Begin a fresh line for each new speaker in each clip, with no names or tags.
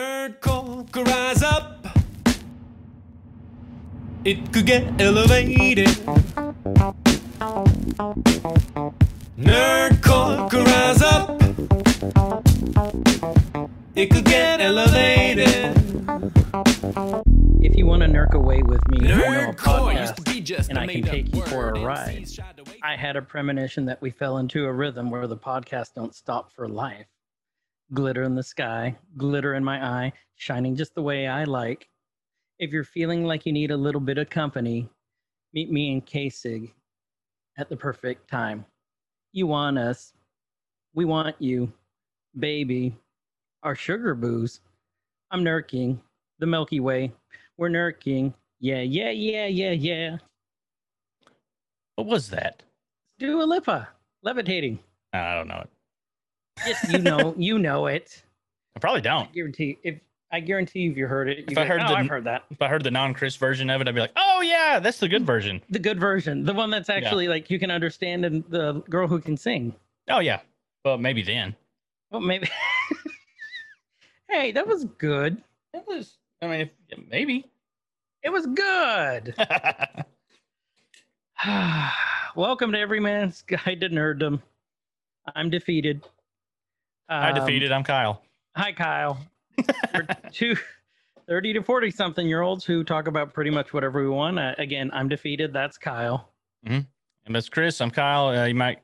Nerdcore could rise up. It could get elevated. Nerdcore could rise up. It could get elevated.
If you want to nerk away with me, you know, a
Nerdcore used to
podcast,
be just
and
a
I can
made-up
take you for
word,
a
and
ride.
seas shied away
I had a premonition that we fell into a rhythm where the podcasts don't stop for life. Glitter in the sky, glitter in my eye, shining just the way I like. If you're feeling like you need a little bit of company, meet me in KSIG at the perfect time. You want us. We want you. Baby. Our sugar booze. I'm nurking. The Milky Way. We're nurking. Yeah, yeah, yeah, yeah, yeah.
What was that?
Dua Lipa. Levitating.
I don't know.
Yes, you know, you know it.
I probably don't.
I guarantee if I guarantee you, if you heard it, you'd
If
be
I
like,
heard
"Oh,
the-
I've heard that.
If I heard the non-Chris version of it, I'd be like, "Oh yeah, that's the good version."
The good version, the one that's
Yeah.
actually like you can understand, and the girl who can sing.
Oh yeah. Well, maybe then.
Well, maybe. hey, that was good.
It was. I mean, if, maybe.
It was good. Welcome to Every Man's Guide to Nerddom. I'm defeated.
I
Um,
defeated. I'm Kyle.
Hi, Kyle. We're two 30 to 40 something year olds who talk about pretty much whatever we want. Uh, again, I'm defeated. That's Kyle.
And that's Chris. I'm Kyle. Uh, you might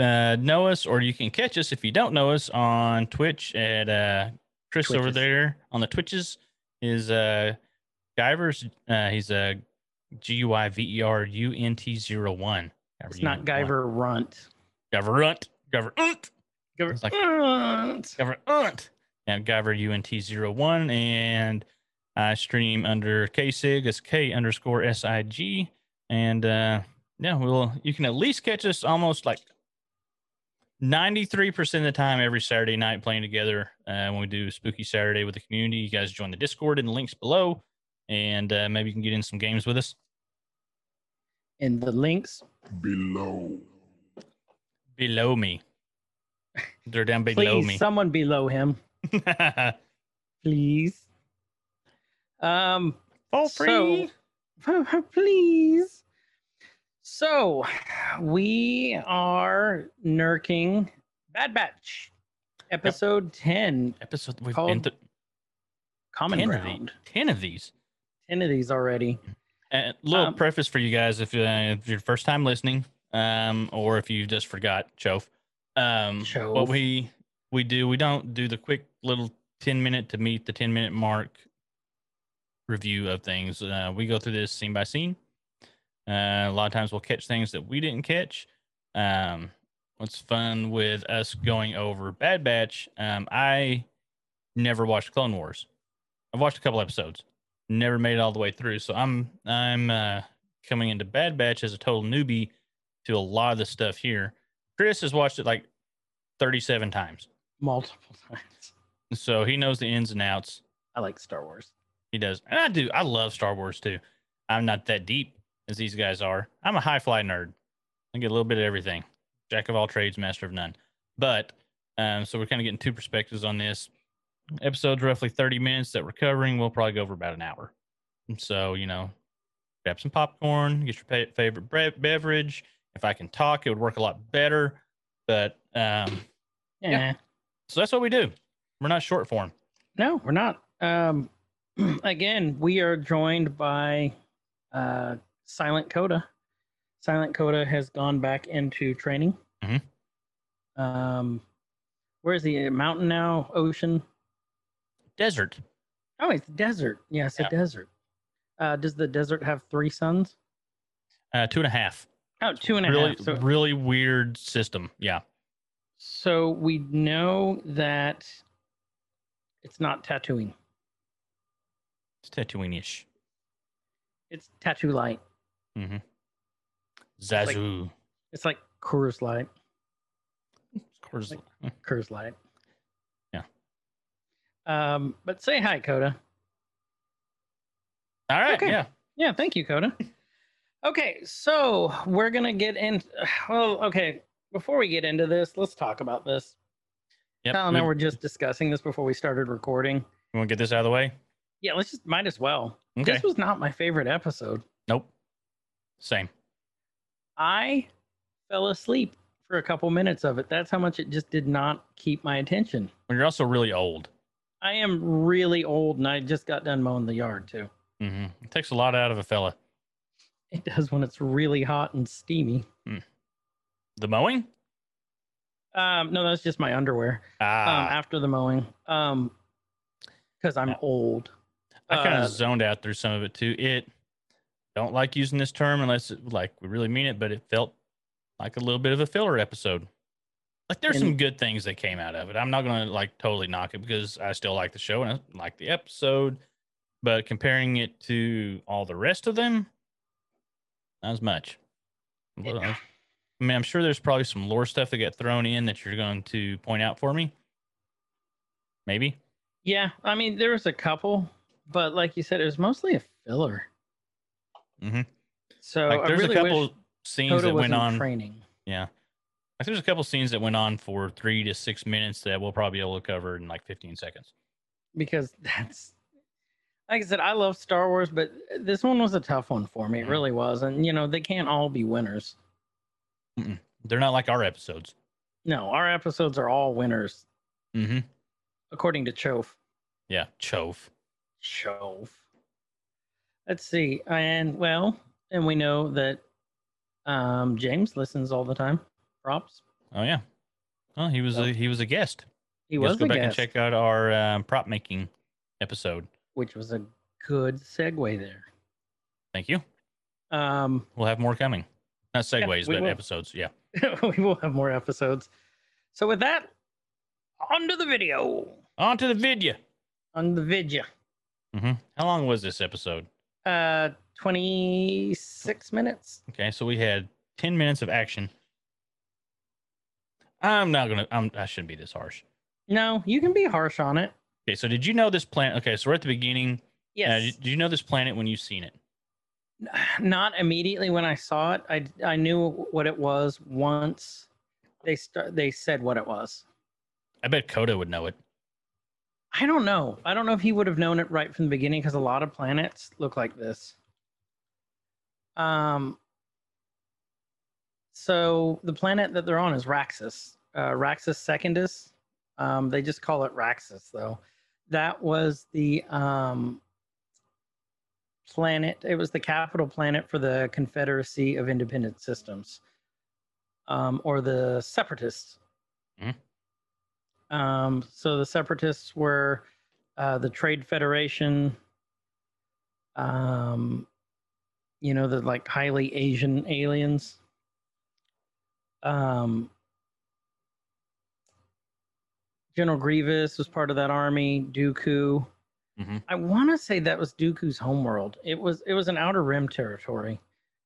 uh, know us, or you can catch us if you don't know us on Twitch at uh, Chris over
Twitches.
there on the Twitches is uh, Guyver's. Uh, he's a G U I V E R U N T zero one.
It's not Guyver Runt.
Government. Government.
Guyver
It's like-
Runt.
Guyver Unt at Guyver UNT01. And I stream under KSIG. It's K underscore S I G. And uh, yeah, we'll you can at least catch us almost like 93% of the time every Saturday night playing together uh, when we do Spooky Saturday with the community. You guys join the Discord in the links below, and uh, maybe you can get in some games with us
And the links,
below.
below me. They're down below
please,
me.
someone below him, please. Um,
For
So- please. So, we are nurking Bad Batch, episode 10,
episode we've been
Called
through
Common
10 of, the-
Ground.
10 of these
10 of these already.
a Uh, little
Um,
preface for you guys if, uh, if you're first time listening um, or if you just forgot chof um,
Chof.
what we we do we don't do the quick little 10 minute to meet the 10 minute mark review of things uh, we go through this scene by scene uh, a lot of times we'll catch things that we didn't catch um, what's fun with us going over bad batch um, i never watched clone wars i've watched a couple episodes never made it all the way through. So I'm I'm uh, coming into Bad Batch as a total newbie to a lot of the stuff here. Chris has watched it like 37 times,
multiple times.
so he knows the ins and outs.
I like Star Wars.
He does, and I do. I love Star Wars too. I'm not that deep as these guys are. I'm a high fly nerd. I get a little bit of everything. Jack of all trades, master of none. But um, so we're kind of getting two perspectives on this. Episode's roughly 30 minutes that we're covering. We'll probably go over about an hour. And so, you know, grab some popcorn, get your pa- favorite bre- beverage. If I can talk, it would work a lot better. But um,
Yeah.
so that's what we do. We're not short form.
No, we're not. Um, again, we are joined by uh, Silent Coda. Silent Coda has gone back into training.
Mhm.
Um, where is he? Mountain now? Ocean?
Desert.
Oh, it's desert. Yes,
Yeah.
a desert. Uh, does the desert have three suns?
Uh, two and a half.
Oh, two and a half.
really,
So
really weird system. Yeah.
So we know that it's not tattooing.
It's Tatooine ish.
It's tattoo light. like-
Zazu.
It's like Coors Light.
Of course.
Coors Light.
Yeah.
Um, but say hi, Coda.
All right.
Okay.
Yeah.
Yeah, thank you, Coda. Okay, so we're gonna get in. Well, okay, before we get into this, let's talk about this.
Yep. Mm.
Kyle
we-
and I were just discussing this before we started recording.
you want to get this out of the way?
Yeah, let's just might as well.
Okay.
This was not my favorite episode.
Nope. Same.
I fell asleep for a couple minutes of it. That's how much it just did not keep my attention.
Well, you're also really old.
I am really old and I just got done mowing the yard too.
hmm It takes a lot out of a fella.
It does when it's really hot and steamy.
The mowing?
Um, no, that's just my underwear. Um,
Ah,
after the mowing. Um, because I'm
Yeah.
old.
I kind of
uh,
zoned out through some of it too. It don't like using this term unless it, like we really mean it, but it felt like a little bit of a filler episode. Like there's some
And-
good things that came out of it. I'm not gonna like totally knock it because I still like the show and I like the episode, but comparing it to all the rest of them, not as much. Well, I mean, I'm sure there's probably some lore stuff that got thrown in that you're going to point out for me. Maybe.
Yeah, I mean there was a couple, but like you said, it was mostly a filler.
Mhm.
So
like
Oh, I
there's
really
a couple
wish
scenes
Coda
that
was
went
in
on.
training.
Yeah. Like there's a couple scenes that went on for three to six minutes that we'll probably be able to cover in like 15 seconds.
because that's like I said, I love Star Wars, but this one was a tough one for me. It
Mhm.
really was, and you know they can't all be winners.
They're not like our episodes.
No, our episodes are all winners
Mm-hmm.
according to Chove.
Yeah. Chove.
Chove. Let's see, and well, and we know that um, James listens all the time. Props.
Oh yeah. Well, he was
So-
a, he was a guest.
He
Let's
was
go
a
back
guest,
and check out our uh, prop making episode.
which was a good segue there.
Thank you.
Um,
We'll have more coming. Not
Yeah,
segues,
we
but
will.
episodes. Yeah.
we will have more episodes. So with that, on to the video.
On to the video.
On the video.
hmm How long was this episode?
Uh, 26 minutes.
Okay, so we had 10 minutes of action. I'm not gonna. I'm. I shouldn't be this harsh.
No, you can be harsh on it.
Okay, so did you know this planet? Okay, so we're at the beginning.
Yes.
Yeah. Uh, did, did you know this planet when you seen it?
Not immediately when I saw it. I, I knew what it was once they start they said what it was.
I bet Coda would know it.
I don't know. I don't know if he would have known it right from the beginning because a lot of planets look like this. Um so the planet that they're on is Raxus. Uh Raxus secondus. Um they just call it Raxus though. That was the um planet. It was the capital planet for the Confederacy of Independent Systems. Um or the separatists.
Mm-hmm.
Um, so the separatists were uh, the Trade Federation, um, you know, the like highly Asian aliens. Um, General Grievous was part of that army. Dooku.
Mhm.
I want to say that was Dooku's homeworld. It was it was an Outer Rim territory,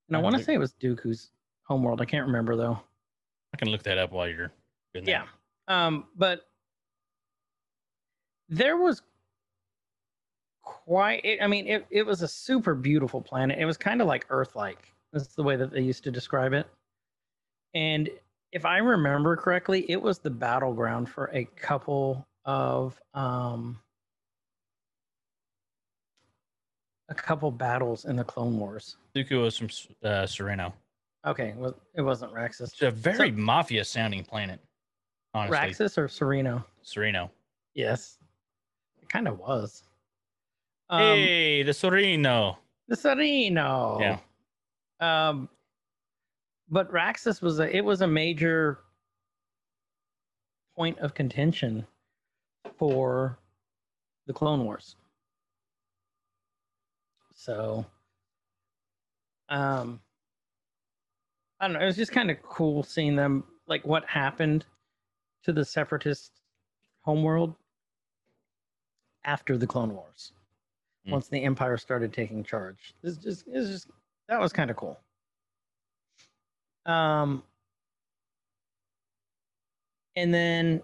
and I
I
want to
think-
say it was Dooku's homeworld. I can't remember though.
I can look that up while you're. doing that.
Yeah. Um, but there was quite it, I mean it, it was a super beautiful planet. It was kind of like Earth like. That's the way that they used to describe it. And if I remember correctly, it was the battleground for a couple of um a couple battles in the Clone Wars.
Dooku was from S- uh, Sereno.
Okay, well, it wasn't Raxus.
It's a very mafia sounding planet. Honestly,
Raxus or Sereno?
Sereno.
Yes, it kind of was. Um,
hey, the Sereno.
The Sereno.
Yeah.
Um, but Raxus was a it was a major point of contention for the Clone Wars. So, um, I don't know. It was just kind of cool seeing them like what happened to the separatist homeworld after the Clone Wars
Mm.
once the Empire started taking charge. It's just, it's just that was kind of cool. Um, and then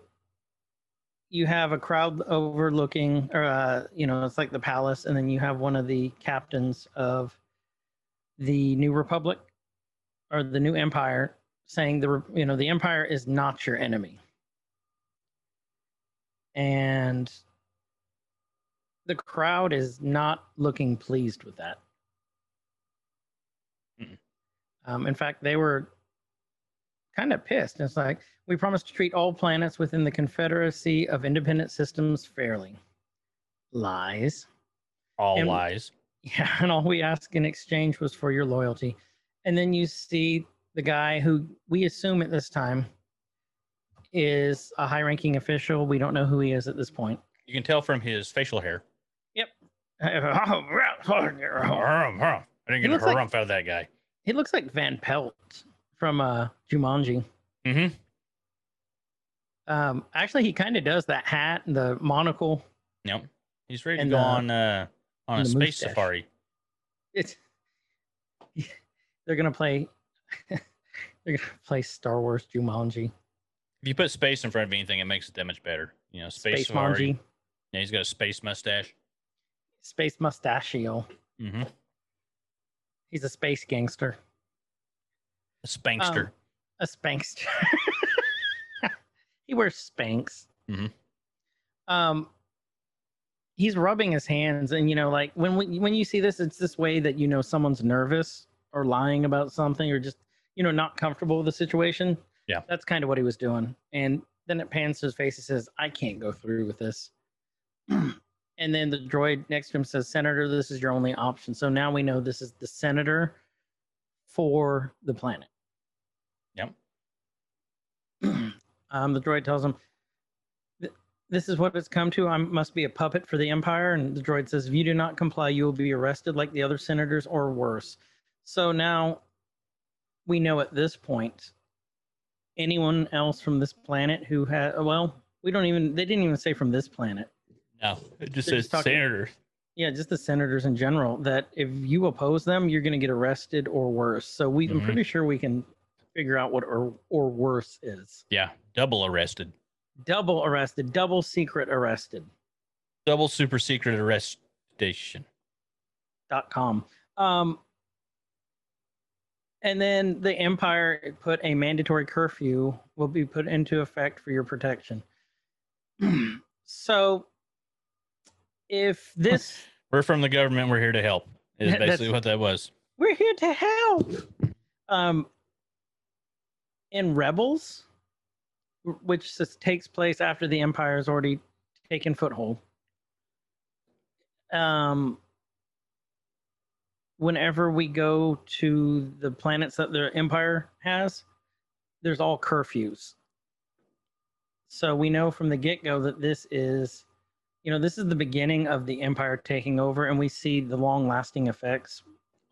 you have a crowd overlooking, or uh, you know, it's like the palace, and then you have one of the captains of the New Republic or the New Empire saying the re- you know the Empire is not your enemy. and the crowd is not looking pleased with that.
Mm-mm.
Um, in fact, they were kind of pissed. It's like we promise to treat all planets within the Confederacy of Independent Systems fairly. Lies.
All
And-
lies.
Yeah, and all we ask in exchange was for your loyalty. And then you see the guy who we assume at this time is a high ranking official. We don't know who he is at this point.
You can tell from his facial hair.
Oh, he
Hurrum, hurrum. I didn't
He
get a
looks like-
hurrum out of that guy.
looks like Van Pelt from uh, Jumanji.
hmm
Um, actually, he kind of does that hat and the monocle.
Yep. He's ready to
And,
go
uh,
on uh, on a
and the
space
mustache.
safari.
It's they're gonna play. they're gonna play Star Wars Jumanji,
If you put space in front of anything, it makes it that much better. You know, space,
Space
safari.
Manji,
Yeah, he's got a space mustache.
Space Mustachio.
Mm-hmm.
He's a space gangster.
A spankster.
Um, a spankster. he wears spanks.
Mhm.
Um, he's rubbing his hands, and you know, like when when when you see this, it's this way that you know someone's nervous or lying about something or just you know not comfortable with the situation.
Yeah.
that's kind of what he was doing. And then it pans to his face and says, "I can't go through with this." and then the droid next to him says, "Senator, this is your only option." So now we know this is the senator for the planet. um, the droid tells him, "Th- "This is what it's come to. I must be a puppet for the Empire." And the droid says, "If you do not comply, you will be arrested like the other senators, or worse." So now, we know at this point, anyone else from this planet who had well, we don't even they didn't even say from this planet.
no, it just
they're
says
just talking-
senator.
Yeah, just the senators in general. That if you oppose them, you're going to get arrested or worse. So we,
Mhm.
I'm pretty sure we can figure out what or or worse is.
Yeah, double arrested.
double arrested, double secret arrested
Double super secret arrest station.
dot com. Um, and then the empire put a mandatory curfew will be put into effect for your protection. so, if this,
We're from the government. We're here to help. Is
That-
basically
that's-
what that was.
we're here to help. Um, in Rebels, which s- takes place after the empire has already taken foothold. Um, whenever we go to the planets that the empire has, there's all curfews. So we know from the get go that this is, you know, this is the beginning of the empire taking over, and we see the long lasting effects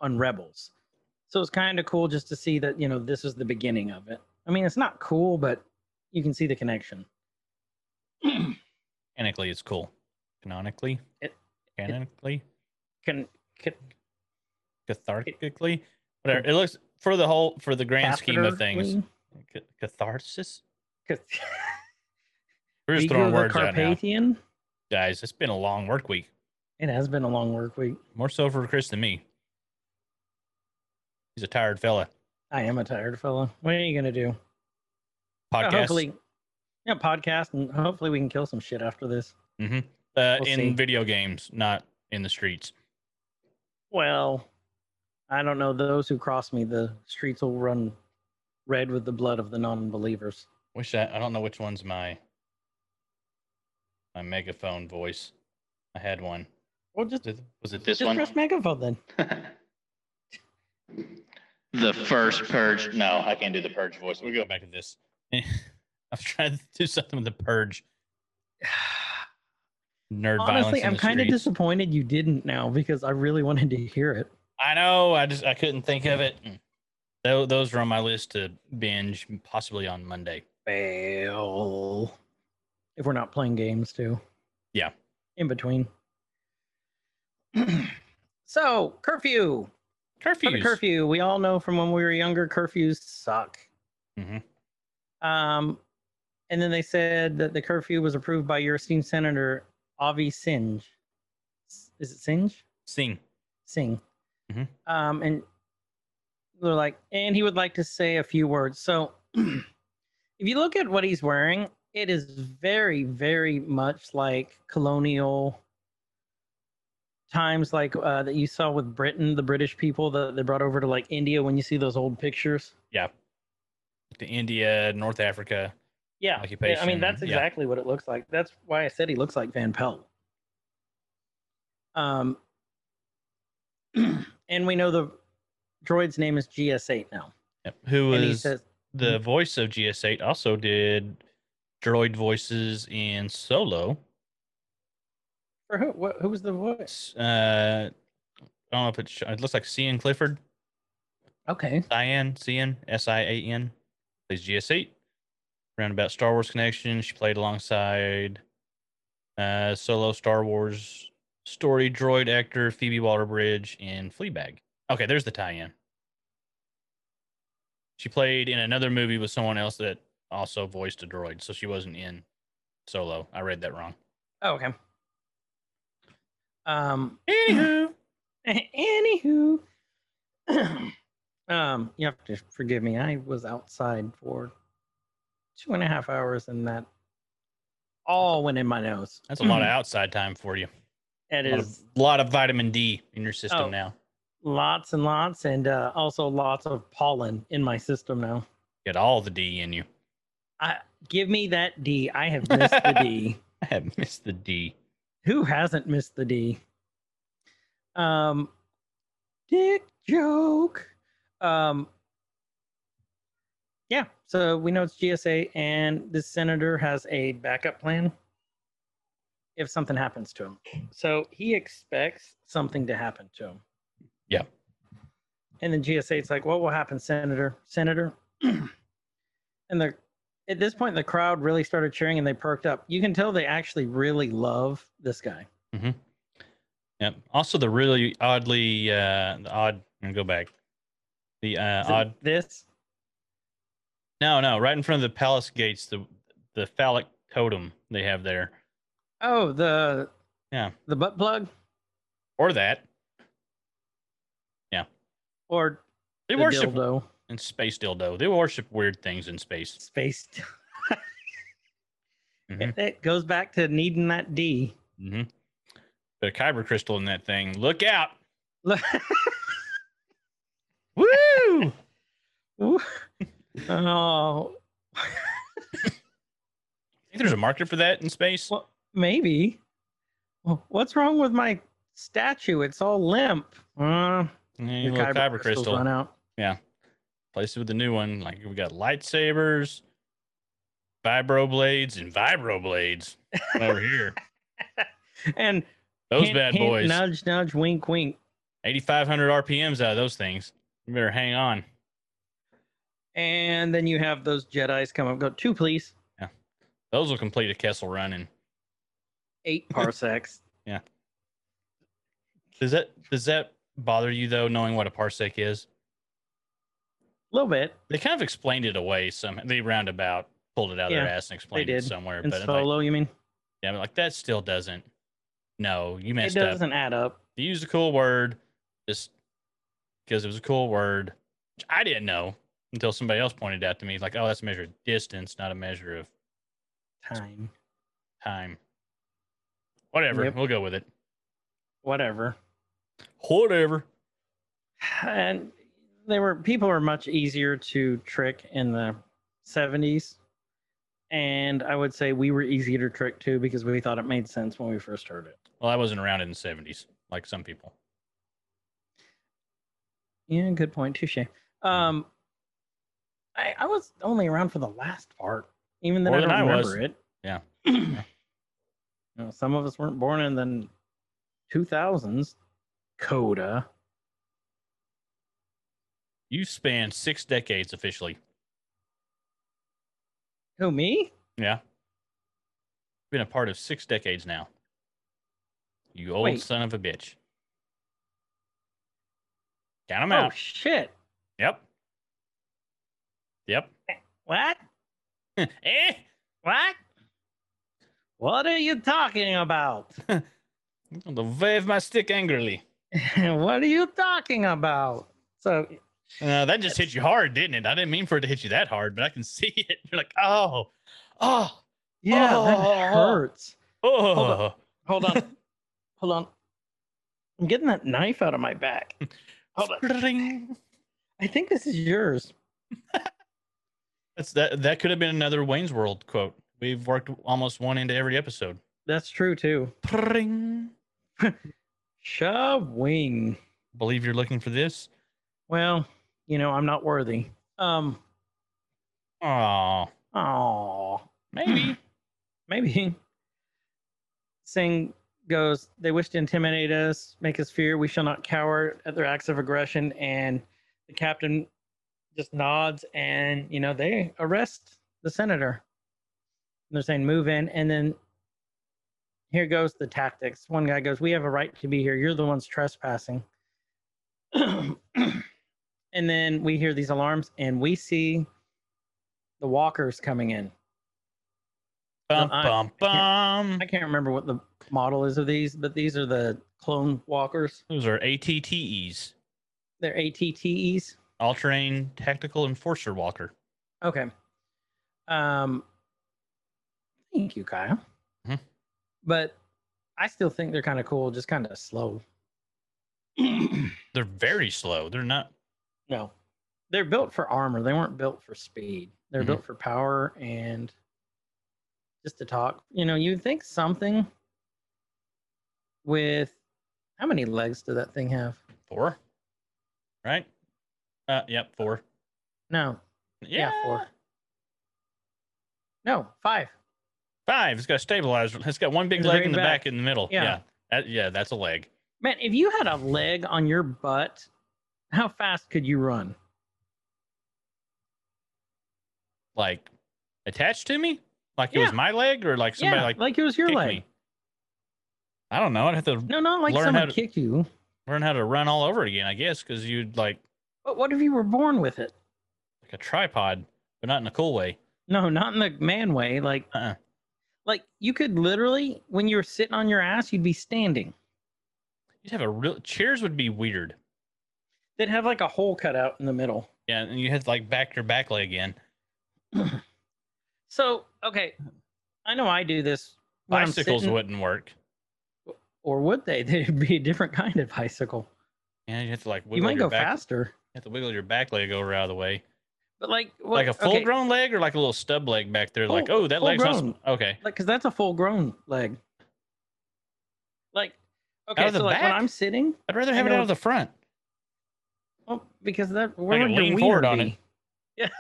on rebels. So it's kind of cool just to see that, you know, this is the beginning of it. I mean, it's not cool, but you can see the connection.
Canonically, it's cool. Canonically,
It-
canonically,
Can, can
cathartically, whatever. It looks for the whole for the grand scheme of things.
catheterly-
Ca- Catharsis.
cath-
We're just
Vigo
throwing
the
words out now,
Carpathian.
guys. It's been a long work week,
It has been a long work week.
more so for Chris than me. He's a tired fella.
I am a tired fellow. What are you gonna do? Uh,
Podcast.
Hopefully, yeah, podcast, and hopefully we can kill some shit after this.
uh,
We'll
in
see.
video games, not in the streets.
Well, I don't know. Those who cross me, the streets will run red with the blood of the non-believers.
Wish I, I don't know which one's my my megaphone voice. I had one.
Well, just
Was it, was it this
just
one?
press megaphone then.
the first purge. No, I can't do the purge voice. We'll go back to this. I was trying to do something with the purge. Nerd violence.
Honestly,
in
I'm
the
kind of
streets.
disappointed you didn't now because I really wanted to hear it.
I know. I just I couldn't think of it. Those those are on my list to binge, possibly on Monday.
Fail. If we're not playing games too.
Yeah.
In between. so curfew. For the
Curfews.
curfew. We all know from when we were younger, curfews suck.
Mhm.
Um, and then they said that the curfew was approved by your esteemed senator Avi Singe. S- Is it Singe?
Sing.
sing.
Mhm.
Um, and they're like, and he would like to say a few words. So if you look at what he's wearing, it is very very much like colonial times like uh, that you saw with britain the british people that they brought over to like india when you see those old pictures
to India, North Africa.
yeah Yeah, i mean
Occupation,
that's
yeah.
exactly what it looks like that's why i said he looks like van pelt um and we know the droid's name is gs8 now
Yep. Who
and he
is
says
the voice of GS8? Also did droid voices in Solo.
for who what, who was the voice
S- Uh, I don't know if it's it looks like Cian Clifford,
okay
Cyan, Cian, S I A N, plays GS8. Round about Star Wars connection, she played alongside uh, Solo Star Wars story droid actor Phoebe Waterbridge in Fleabag. Okay, there's the tie-in. She played in another movie with someone else that also voiced a droid, so she wasn't in Solo. I read that wrong.
oh, okay um
Anywho,
Anywho, um, you have to forgive me. I was outside for two and a half hours, and that all went in my nose.
that's a lot of outside time for you.
It
A lot of-
Mm-hmm. is
lot of vitamin D in your system
Oh.
now.
lots and lots, and uh, also lots of pollen in my system now.
Get all the D in you.
Give me that D. I have missed the D.
I have missed the D.
Who hasn't missed the D? Um, dick joke. Um, yeah, so we know it's GSA, and this senator has a backup plan if something happens to him. So he expects something to happen to him.
Yeah.
And then GSA, it's like, what will happen, senator? Senator? and the at this point the crowd really started cheering and they perked up you can tell they actually really love this guy
Yep. Also, the really oddly, uh, the odd. I'm gonna go back. The uh,
Is it
odd.
this
No, no. Right in front of the palace gates, the the phallic totem they have there,
oh the
Yeah.
the butt plug
or that
or
they
the
worship
dildo
in space dildo. They worship weird things in space.
space
Mhm.
it goes back to needing that d
Mm-hmm. The kyber crystal in that thing. Look out!
Look-
Woo!
Ooh. oh
Think there's a market for that in space?
Well- maybe Well, what's wrong with my statue it's all limp uh,
Yeah,
your
little kyber,
crystals
crystal.
run out
Place it with the new one. Like we got lightsabers, vibro blades, and vibro blades over here.
and
Those
hint,
bad
hint,
boys.
nudge nudge wink wink
8,500 RPMs out of those things. You better hang on.
and then you have those jedis come up go two please
Those will complete a Kessel run. And
eight parsecs.
does that does that bother you though, knowing what a parsec is?
A little bit.
They kind of explained it away. Some they roundabout pulled it out of their
Yeah,
ass and explained it
did.
somewhere.
And
but I'm like,
solo, you mean?
yeah, but like that still doesn't. No, you
It
messed up.
doesn't add up.
you used a cool word just because it was a cool word which i didn't know until somebody else pointed out to me like oh that's a measure of distance not a measure of
Time.
time whatever
Yep.
we'll go with it
Whatever.
whatever
And they were people were much easier to trick in the seventies. And I would say we were easier to trick too because we thought it made sense when we first heard it.
well i wasn't around in the 70s like some people
Yeah, good point. Touche. Um I, I was only around for the last part. Even then
More
I don't
than I
remember
was.
it.
Yeah.
you know, some of us weren't born in the two thousands. Coda.
you spanned six decades officially
Who me?
yeah been a part of six decades now you old
Wait.
son of a bitch count them
oh
out
shit!
yep yep
What?
eh
What? What are you talking about?
I'm gonna wave my stick angrily.
what are you talking about? So
Uh, that just hit you hard, didn't it? I didn't mean for it to hit you that hard, but I can see it. You're like, oh, oh,
Yeah,
Oh.
that hurts.
Oh,
on. Hold on. Hold on. I'm getting that knife out of my back. Hold on.
Spring.
I think this is yours.
That's that. That could have been another Wayne's World quote. We've worked almost one into every episode.
That's true too.
Pring.
Shawing.
Believe you're looking for this.
Well, you know, I'm not worthy. Um,
Oh,
oh,
maybe.
maybe. Singh goes, they wish to intimidate us, make us fear. We shall not cower at their acts of aggression. And the captain just nods and, you know, they arrest the senator. And they're saying, move in. And then here goes the tactics. One guy goes, we have a right to be here. You're the ones trespassing. and then we hear these alarms and we see the walkers coming in.
bum
I-
bum bum.
I can't remember what the model is of these, but these are the clone walkers.
Those are ATTEs,
They're ATTEs.
all-terrain tactical enforcer walker.
Okay. Um, thank you, Kyle.
Mhm.
But I still think they're kind of cool, just kind of slow.
They're very slow. They're not.
No, they're built for armor. They weren't built for speed. They're
Mhm.
built for power and just to talk. You know, you'd think something with how many legs did that thing have?
Four, right? Uh, yep, four.
No,
Yeah,
four. no, five.
Five. It's got a stabilizer. It's got one big
The
leg
very
in the back.
back.
in the middle.
Yeah.
Yeah, That- yeah, that's a leg.
Man, if you had a leg on your butt, how fast could you run?
Like attached to me, like it was
Yeah.
my leg, or like somebody
yeah,
like,
like, it was your
kicked
leg.
me. I don't know. I'd have to
No, not like
Learn how
someone
to-
kicked you.
learn how to run all over again, I guess, because you'd like
But what if you were born with it?
like a tripod, but not in a cool way.
No, not in the man way. Like,
Uh-uh.
like you could literally, when you were sitting on your ass, you'd be standing.
You'd have a real chairs would be weird.
They'd have like a hole cut out in the middle.
Yeah, and you had to, like back your back leg in.
So, okay, I know I do this. when I'm
Bicycles
sitting-
wouldn't work.
or would they? They'd be a different kind of bicycle.
Yeah, you have to like wiggle
you might
your
go
back.
faster,
You have to wiggle your back leg over out of the way.
but like,
like a
what-
full
okay,
grown leg or like a little stub leg back there. Like,
Full-
oh, that
full
leg's
grown.
not okay.
like because that's a full grown leg like okay
of the
so like when
back?
i'm sitting
I'd rather
I
have it
know.
out of the front.
well because that where
could
would your
lean
wiener
forward on
be?
it.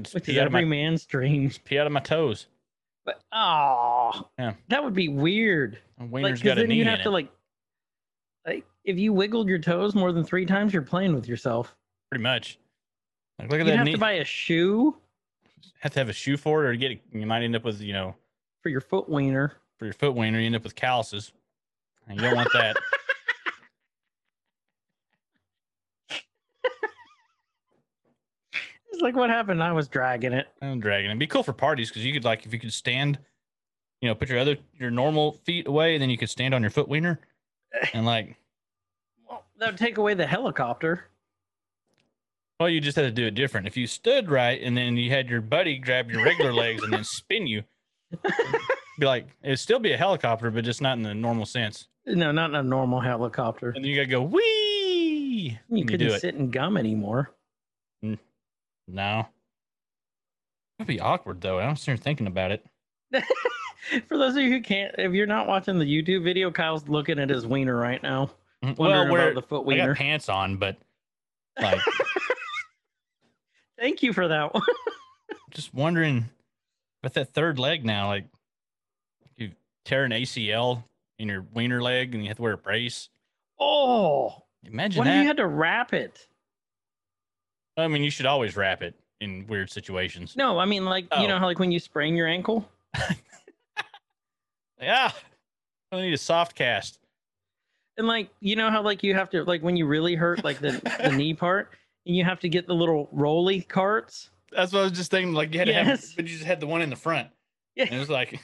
Just
which is
pee out of
every
my
man's dream
pee out of my toes.
but oh
Yeah.
that would be weird
And
like
Wiener's
'cause
got a
then
knee
you
in
have
it.
to like like if you wiggled your toes more than three times you're playing with yourself
pretty much. Like, look at
you'd
that
have
knee.
to buy a shoe
have to have a shoe for it, or get it. You might end up with you know
for your foot wiener
for your foot wiener, you end up with calluses, and you don't want that.
it's like what happened i was dragging it
I'm dragging. It'd be cool for parties because you could like if you could stand, you know, put your other your normal feet away, and then you could stand on your foot wiener, and like,
well, that would take away the helicopter
well, you just had to do it different. If you stood right, and then you had your buddy grab your regular legs and then spin you, be like, it'd still be a helicopter, but just not in the normal sense.
no not in a normal helicopter
And then you gotta go wee.
you
when do
couldn't
it.
sit and gum anymore
No. That'd be awkward though. I'm sitting here thinking about it.
For those of you who can't, if you're not watching the YouTube video, Kyle's looking at his wiener right now.
Mm,
Wondering
Well,
about
we're
the foot
I
wiener.
got pants on, but like
Thank you for that one.
just wondering with that third leg now, like you tear an ACL in your wiener leg and you have to wear a brace.
Oh,
Imagine
what if
that.
you had to wrap it?
I mean, you should always wrap it in weird situations.
No, I mean like
Oh.
you know how like when you sprain your ankle.
Yeah. ah, I need a soft cast.
And like you know how like you have to like when you really hurt like the, the knee part and you have to get the little rolly carts.
That's what I was just thinking. Like you had to
Yes.
have, but you just had the one in the front.
Yeah.
And it was like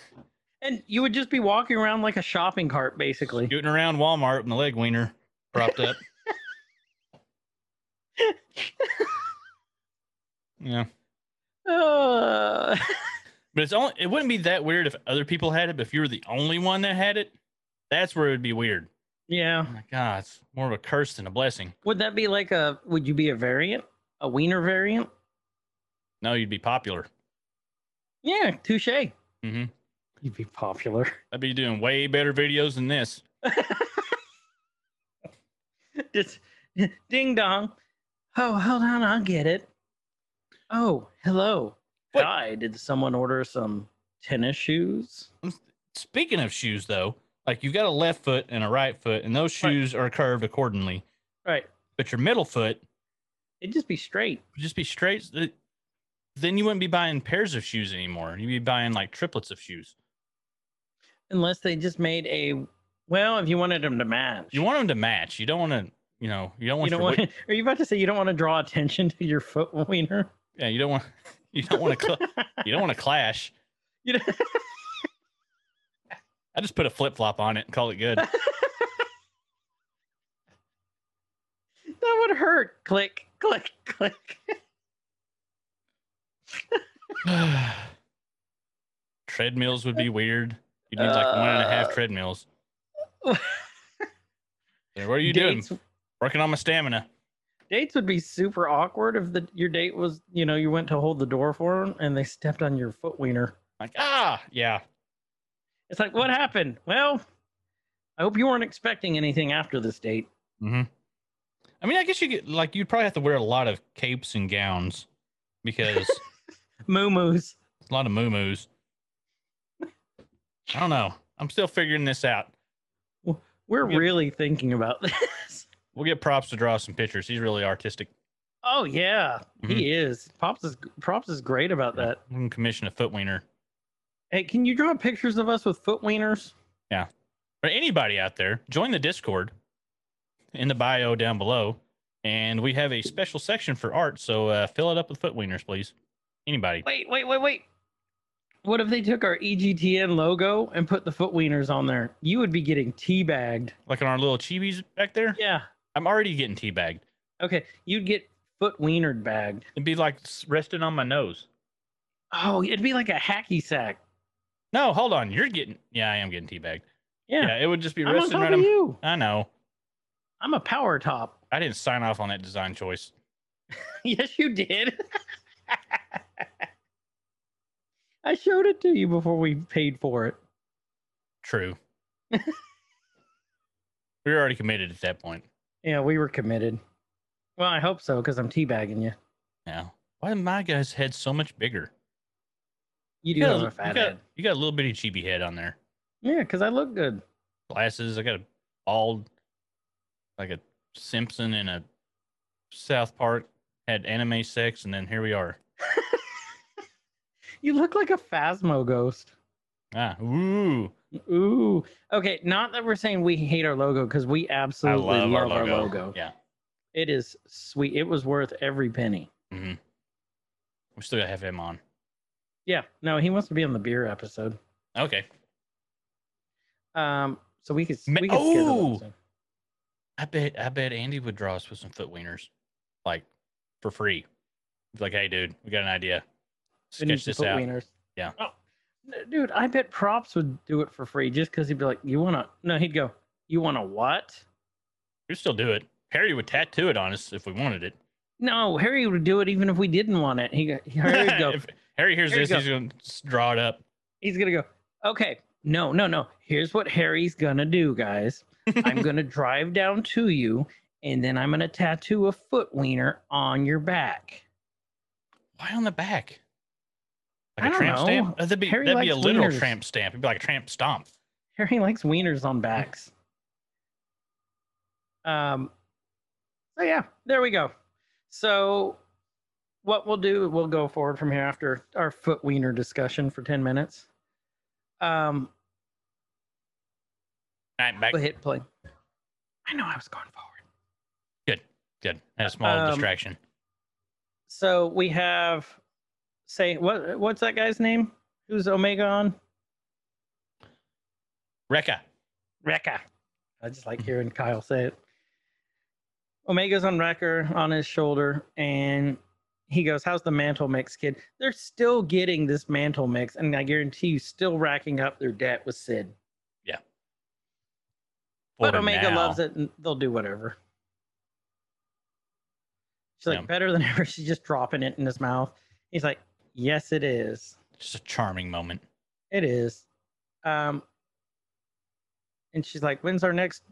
And you would just be walking around like a shopping cart basically.
scooting around Walmart with my leg wiener propped up. yeah.
Uh,
But it's only it wouldn't be that weird if other people had it, but if you were the only one that had it, that's where it would be weird.
Yeah.
Oh my god, it's more of a curse than a blessing.
Would that be like a? Would you be a variant? A wiener variant?
No, you'd be popular.
Yeah. Touche.
Mhm.
You'd be popular.
I'd be doing way better videos than this.
Just ding dong. Oh, hold on. I'll get it. Oh, hello.
What?
Hi. Did someone order some tennis shoes?
Speaking of shoes though, like you've got a left foot and a right foot, and those
Right.
shoes are curved accordingly.
Right.
But your middle foot
It'd just be straight.
would just be straight. th- Then you wouldn't be buying pairs of shoes anymore. You'd be buying like triplets of shoes.
unless they just made a well if you wanted them to match
You want them to match. You don't want to, you know, you don't
you
want
don't
your
want are you about to say you don't want to draw attention to your foot wiener
Yeah, you don't want you don't want to cl- you don't want to clash.
You don't-
I just put a flip flop on it and call it good.
that would hurt click click click
treadmills would be weird. You'd need like one and a half
Uh,
treadmills. Yeah, what are you doing?
dates,
Working on my stamina.
dates would be super awkward if the your date was you know you went to hold the door for them and they stepped on your foot wiener
Like ah yeah.
it's like what happened well i hope you weren't expecting anything after this date
Mm-hmm. I mean, I guess you get like you'd probably have to wear a lot of capes and gowns because
moo moos
a lot of moo-moos. I don't know. I'm still figuring this out.
we're
Yeah.
really thinking about this
We'll get props to draw some pictures. He's really artistic.
Oh yeah, he is. Pops is props is great about that.
We can commission a foot wiener.
Hey, can you draw pictures of us with foot wieners?
Or anybody out there, join the Discord in the bio down below. And we have a special section for art. So uh, fill it up with foot wieners, please. Anybody.
Wait, wait, wait, wait. What if they took our E EGTN logo and put the foot wieners on there? You would be getting teabagged.
Like on our little chibis back there.
Yeah.
I'm already getting teabagged.
Okay, you'd get foot wienered bagged.
It'd be like s- resting on my nose.
Oh, it'd be like a hacky sack.
No, hold on. You're getting. Yeah, I am getting teabagged. Yeah,
Yeah.
it would just be
I'm on
resting
top
right
of
on.
you.
I know.
I'm a power top.
I didn't sign off on that design choice.
yes, you did. I showed it to you before we paid for it.
True. we were already committed at that point.
Yeah, we were committed. Well, I hope so because I'm teabagging you.
Now, why did my guy's head so much bigger?
You do
got
have
a-
a fat
got,
head.
you got a little bitty chibi head on there.
Yeah, because I look good.
Glasses. I got a bald, like a Simpson and a South Park had anime sex, and then here we are.
You look like a Phasmo ghost.
Ah, ooh,
Ooh. Okay, not that we're saying we hate our logo because we
I
absolutely
love, our, logo.
our logo.
Yeah,
It is sweet. It was worth every penny.
we still gotta have him on.
Yeah. No, he wants to be on the beer episode.
Okay,
Um, so we could.
Ma-
We could schedule
Oh!
that soon.
I bet I bet Andy would draw us with some foot wieners, like for free. He's like, hey, dude, we got an idea.
We need
Sketch
some
this
foot
out.
wieners.
Yeah.
Oh, n- dude, I bet props would do it for free just because he'd be like, "You wanna?" No, he'd go, "You wanna what?"
We'd still do it. Harry would tattoo it on us if we wanted it.
No, Harry would do it even if we didn't want it. He go, Harry would go.
if Harry hears
Here you
this, he's gonna s- draw it up.
he's gonna go. Okay, no, no, no. Here's what Harry's gonna do, guys. I'm gonna drive down to you, and then I'm gonna tattoo a foot wiener on your back.
Why on the back?
I
Like a
don't
tramp
know.
stamp? Uh, That'd be,
Harry
that'd be a
likes
literal
wieners.
tramp stamp. It'd be like a tramp stomp.
Harry likes wieners on backs. Um. So yeah, there we go. So, what we'll do, we'll go forward from here after our foot wiener discussion for ten minutes. Um.
All right, back.
Go ahead, play. I know I was going forward.
Good. Had a small
Um,
distraction.
So we have, say, what what's that guy's name? Who's Omega on?
Rekka.
Rekka. I just like hearing Kyle say it. Omega's on Wrecker on his shoulder, and he goes, How's the mantle mix, kid? They're still getting this mantle mix, and I guarantee you, still racking up their debt with Sid. But
For
Omega
now.
loves it, and they'll do whatever. She's like,
Yeah.
Better than ever. She's just dropping it in his mouth. He's like, Yes, it is.
Just a charming moment.
It is. Um, and she's like, When's our next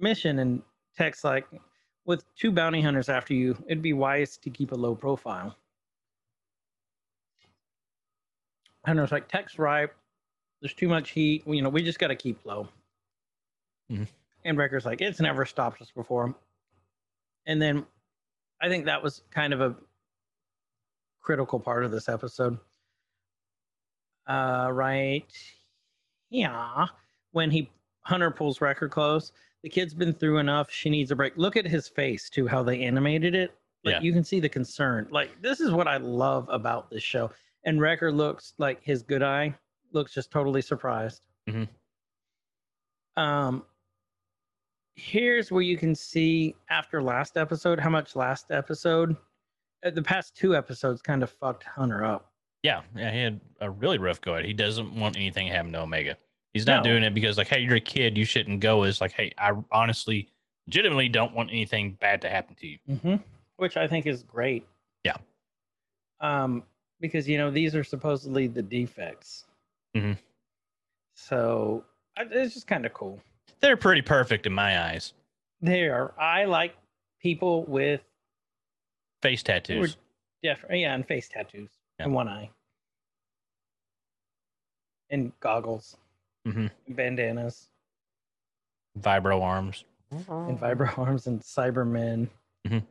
mission? And Tech's like, With two bounty hunters after you, it'd be wise to keep a low profile. Hunter's like, Tech's right. There's too much heat. You know, we just got to keep low.
Mhm.
And Wrecker's like, It's never stopped us before. And then I think that was kind of a critical part of this episode. Uh, right. Yeah. When he Hunter pulls Wrecker close, the kid's been through enough. She needs a break. Look at his face too, how they animated it. Like
Yeah.
you can see the concern. Like this is what I love about this show. And Wrecker looks like his good eye looks just totally surprised.
Mhm.
Um, here's where you can see after last episode how much last episode, uh, the past two episodes kind of fucked Hunter up.
Yeah, yeah, he had a really rough go at it. He doesn't want anything to happen to Omega. He's not
No.
doing it because like, hey, you're a kid, you shouldn't go. It's like, hey, I honestly, legitimately don't want anything bad to happen to you.
Mm-hmm. Which I think is great.
Yeah.
Um, because you know these are supposedly the defects.
Mhm.
So I- it's just kind of cool.
They're pretty perfect in my eyes.
They are. I like people with
Face
who are
tattoos.
deaf, yeah, and face tattoos
Yeah.
and one eye, and goggles,
Mhm.
and bandanas,
Vibro arms.
Oh.
and vibro arms, and Cybermen.
Mhm.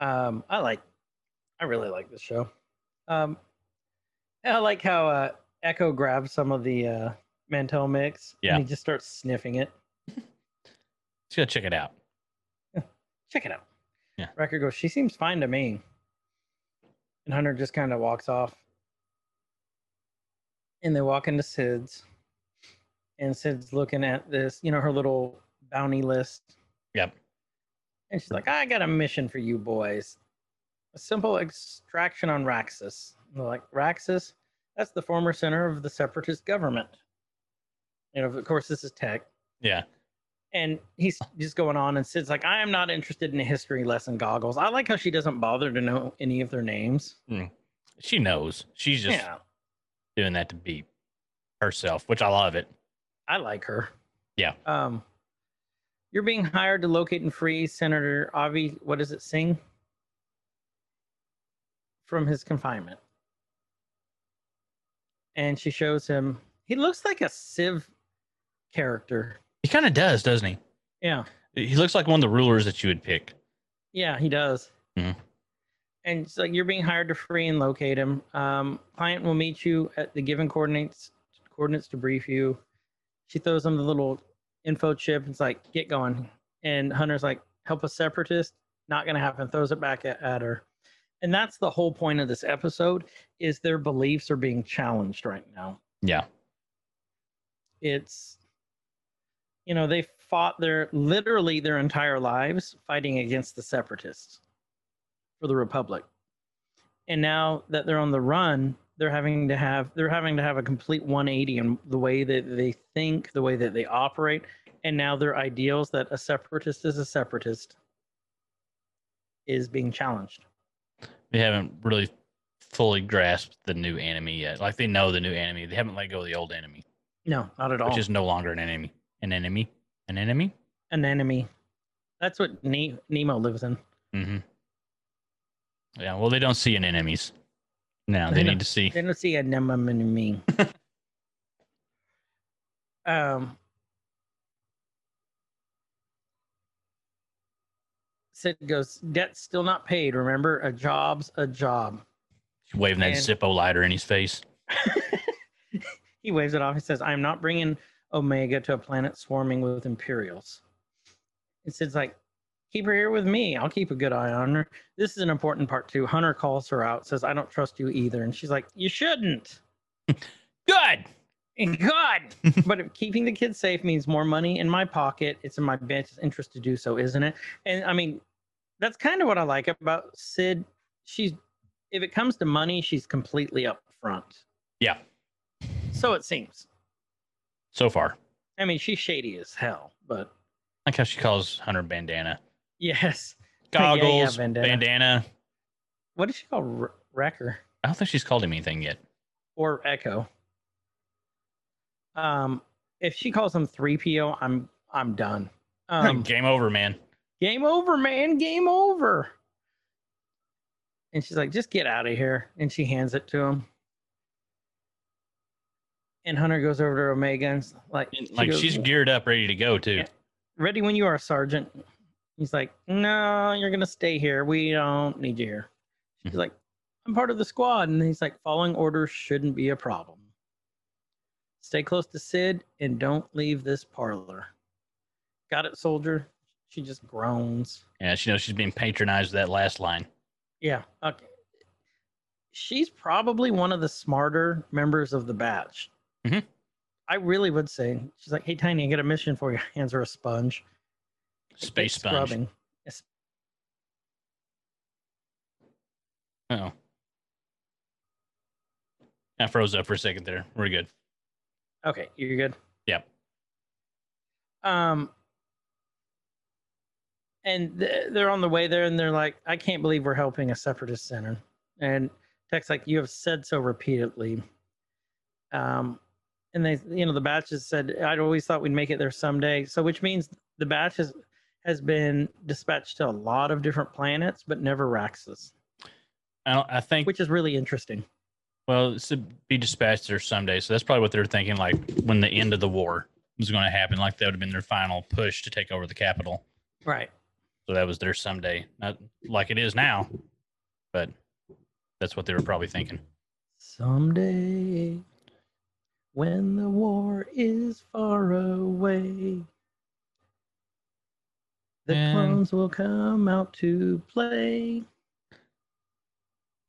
Um, I like, I really like this show. Um, and I like how uh, Echo grabs some of the uh, Mantel mix.
Yeah.
and he just starts sniffing it.
Let's go check it out.
check it out.
Yeah.
Wrecker goes, she seems fine to me. And Hunter just kind of walks off. And they walk into Sid's. And Sid's looking at this, you know, her little bounty list.
Yep.
And she's like, I got a mission for you boys. A simple extraction on Raxus. And they're like, Raxus? That's the former center of the separatist government. And of course, this is tech
Yeah.
and he's just going on and Sid's like, I am not interested in a history lesson goggles. I like how she doesn't bother to know any of their names.
She knows. She's just
yeah,
doing that to be herself, which I love it.
I like her.
Yeah.
Um, you're being hired to locate and free Senator Avi. What does it sing? From his confinement. And she shows him. He looks like a Civ character.
He kind of does, doesn't he?
Yeah.
He looks like one of the rulers that you would pick.
Yeah, he does.
Mhm.
And it's like you're being hired to free and locate him. Um, client will meet you at the given coordinates coordinates to brief you. She throws him the little info chip. It's like get going. And Hunter's like help a separatist. Not gonna happen. Throws it back at, at her. And that's the whole point of this episode is their beliefs are being challenged right now.
Yeah.
It's you know, they fought their literally their entire lives fighting against the separatists for the republic and now that they're on the run they're having to have they're having to have a complete 180 in the way that they think the way that they operate and now their ideals that a separatist is a separatist is being challenged
They haven't really fully grasped the new enemy yet. Like they know the new enemy. They haven't let go of the old enemy.
no not at all
which is no longer an enemy. An enemy? An enemy?
an enemy that's what ne- nemo lives in
Mm-hmm. Yeah, well, they don't see an enemies. Now
They
they
don't-
need to see.
They don't see a number in me. um, Sid goes, debt's still not paid. Remember, a job's a job.
Waving that
and-
Zippo lighter in his face.
he waves it off. He says, I'm not bringing Omega to a planet swarming with Imperials. And Sid's like, keep her here with me. I'll keep a good eye on her. This is an important part, too. Hunter calls her out, says, I don't trust you either. And she's like, You shouldn't.
Good.
God, but if keeping the kids safe means more money in my pocket. It's in my best interest to do so, isn't it? And I mean, that's kind of what I like about Sid. She's if it comes to money, she's completely upfront.
Yeah.
So it seems.
So far,
I mean, she's shady as hell, but
like how she calls Hunter bandana,
yes. Yeah, yeah,
goggles,
bandana.
bandana.
What does she call R- Wrecker
I don't think she's called him anything yet.
or Echo? Um, if she calls him three PO, I'm I'm done. Um,
Game over, man.
game over, man. Game over. And she's like, just get out of here. And she hands it to him. And Hunter goes over to Omega and is like,
And,
she
Like
goes,
she's geared up, ready to go too.
Yeah. ready when you are, Sergeant. He's like, No, you're gonna stay here. We don't need you here. She's
Mhm.
like, I'm part of the squad. And he's like, following orders shouldn't be a problem. Stay close to Sid and don't leave this parlor. Got it, soldier. She just groans.
Yeah, she knows she's being patronized with that last line.
Yeah. Okay. She's probably one of the smarter members of the batch.
Mhm.
I really would say she's like, "Hey, Tiny, I got a mission for you." Hands her a sponge. It's
Space sponge.
scrubbing. It's-
Oh, I froze up for a second there. We're good.
Okay, you're good.
Yep.
Um, and th- they're on the way there, and they're like, "I can't believe we're helping a separatist center." And Tech's like, "You have said so repeatedly." Um, and they, you know, the batches said, "I'd always thought we'd make it there someday." So, which means the batch has has been dispatched to a lot of different planets, but never Raxus,
I, don't, I think
which is really interesting.
Well, it's to be dispatched there someday. So that's probably what they're thinking. Like when the end of the war was going to happen, like that would have been their final push to take over the capital.
Right.
So that was their someday, not like it is now, but that's what they were probably thinking.
Someday, when the war is far away, the
And-
clones will come out to play.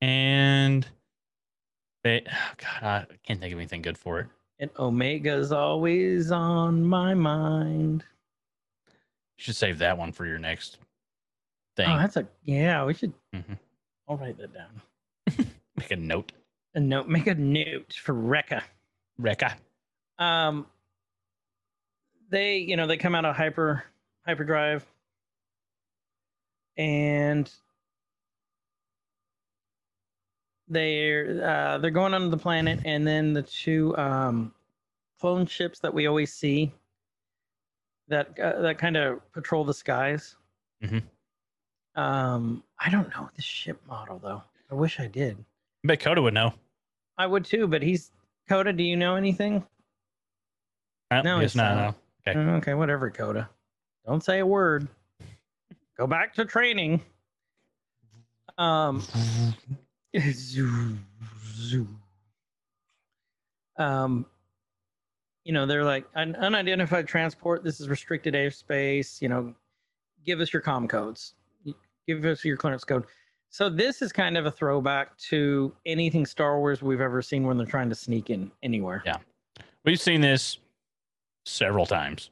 And they, oh God, I can't think of anything good for it.
And Omega's always on my mind.
You should save that one for your next thing.
Oh, that's a yeah. We should.
Mhm.
I'll write that down.
Make a note,
A note. Make a note for Rekka.
Rekka.
um they you know they come out of hyper hyperdrive and they're uh, they're going onto the planet and then the two um clone ships that we always see that uh, that kind of patrol the skies
Mhm.
um i don't know the ship model though i wish i did
I bet Coda would know.
i would too but he's coda do you know anything
Uh,
No,
it's
it's
not.
not.
no. Okay.
Mm, Okay, whatever, Coda. Don't say a word. Go back to training. Um, zoo, zoo. um, you know, they're like an unidentified transport. This is restricted airspace. You know, give us your com codes. Give us your clearance code. So this is kind of a throwback to anything Star Wars we've ever seen when they're trying to sneak in anywhere.
Yeah. We've seen this several times.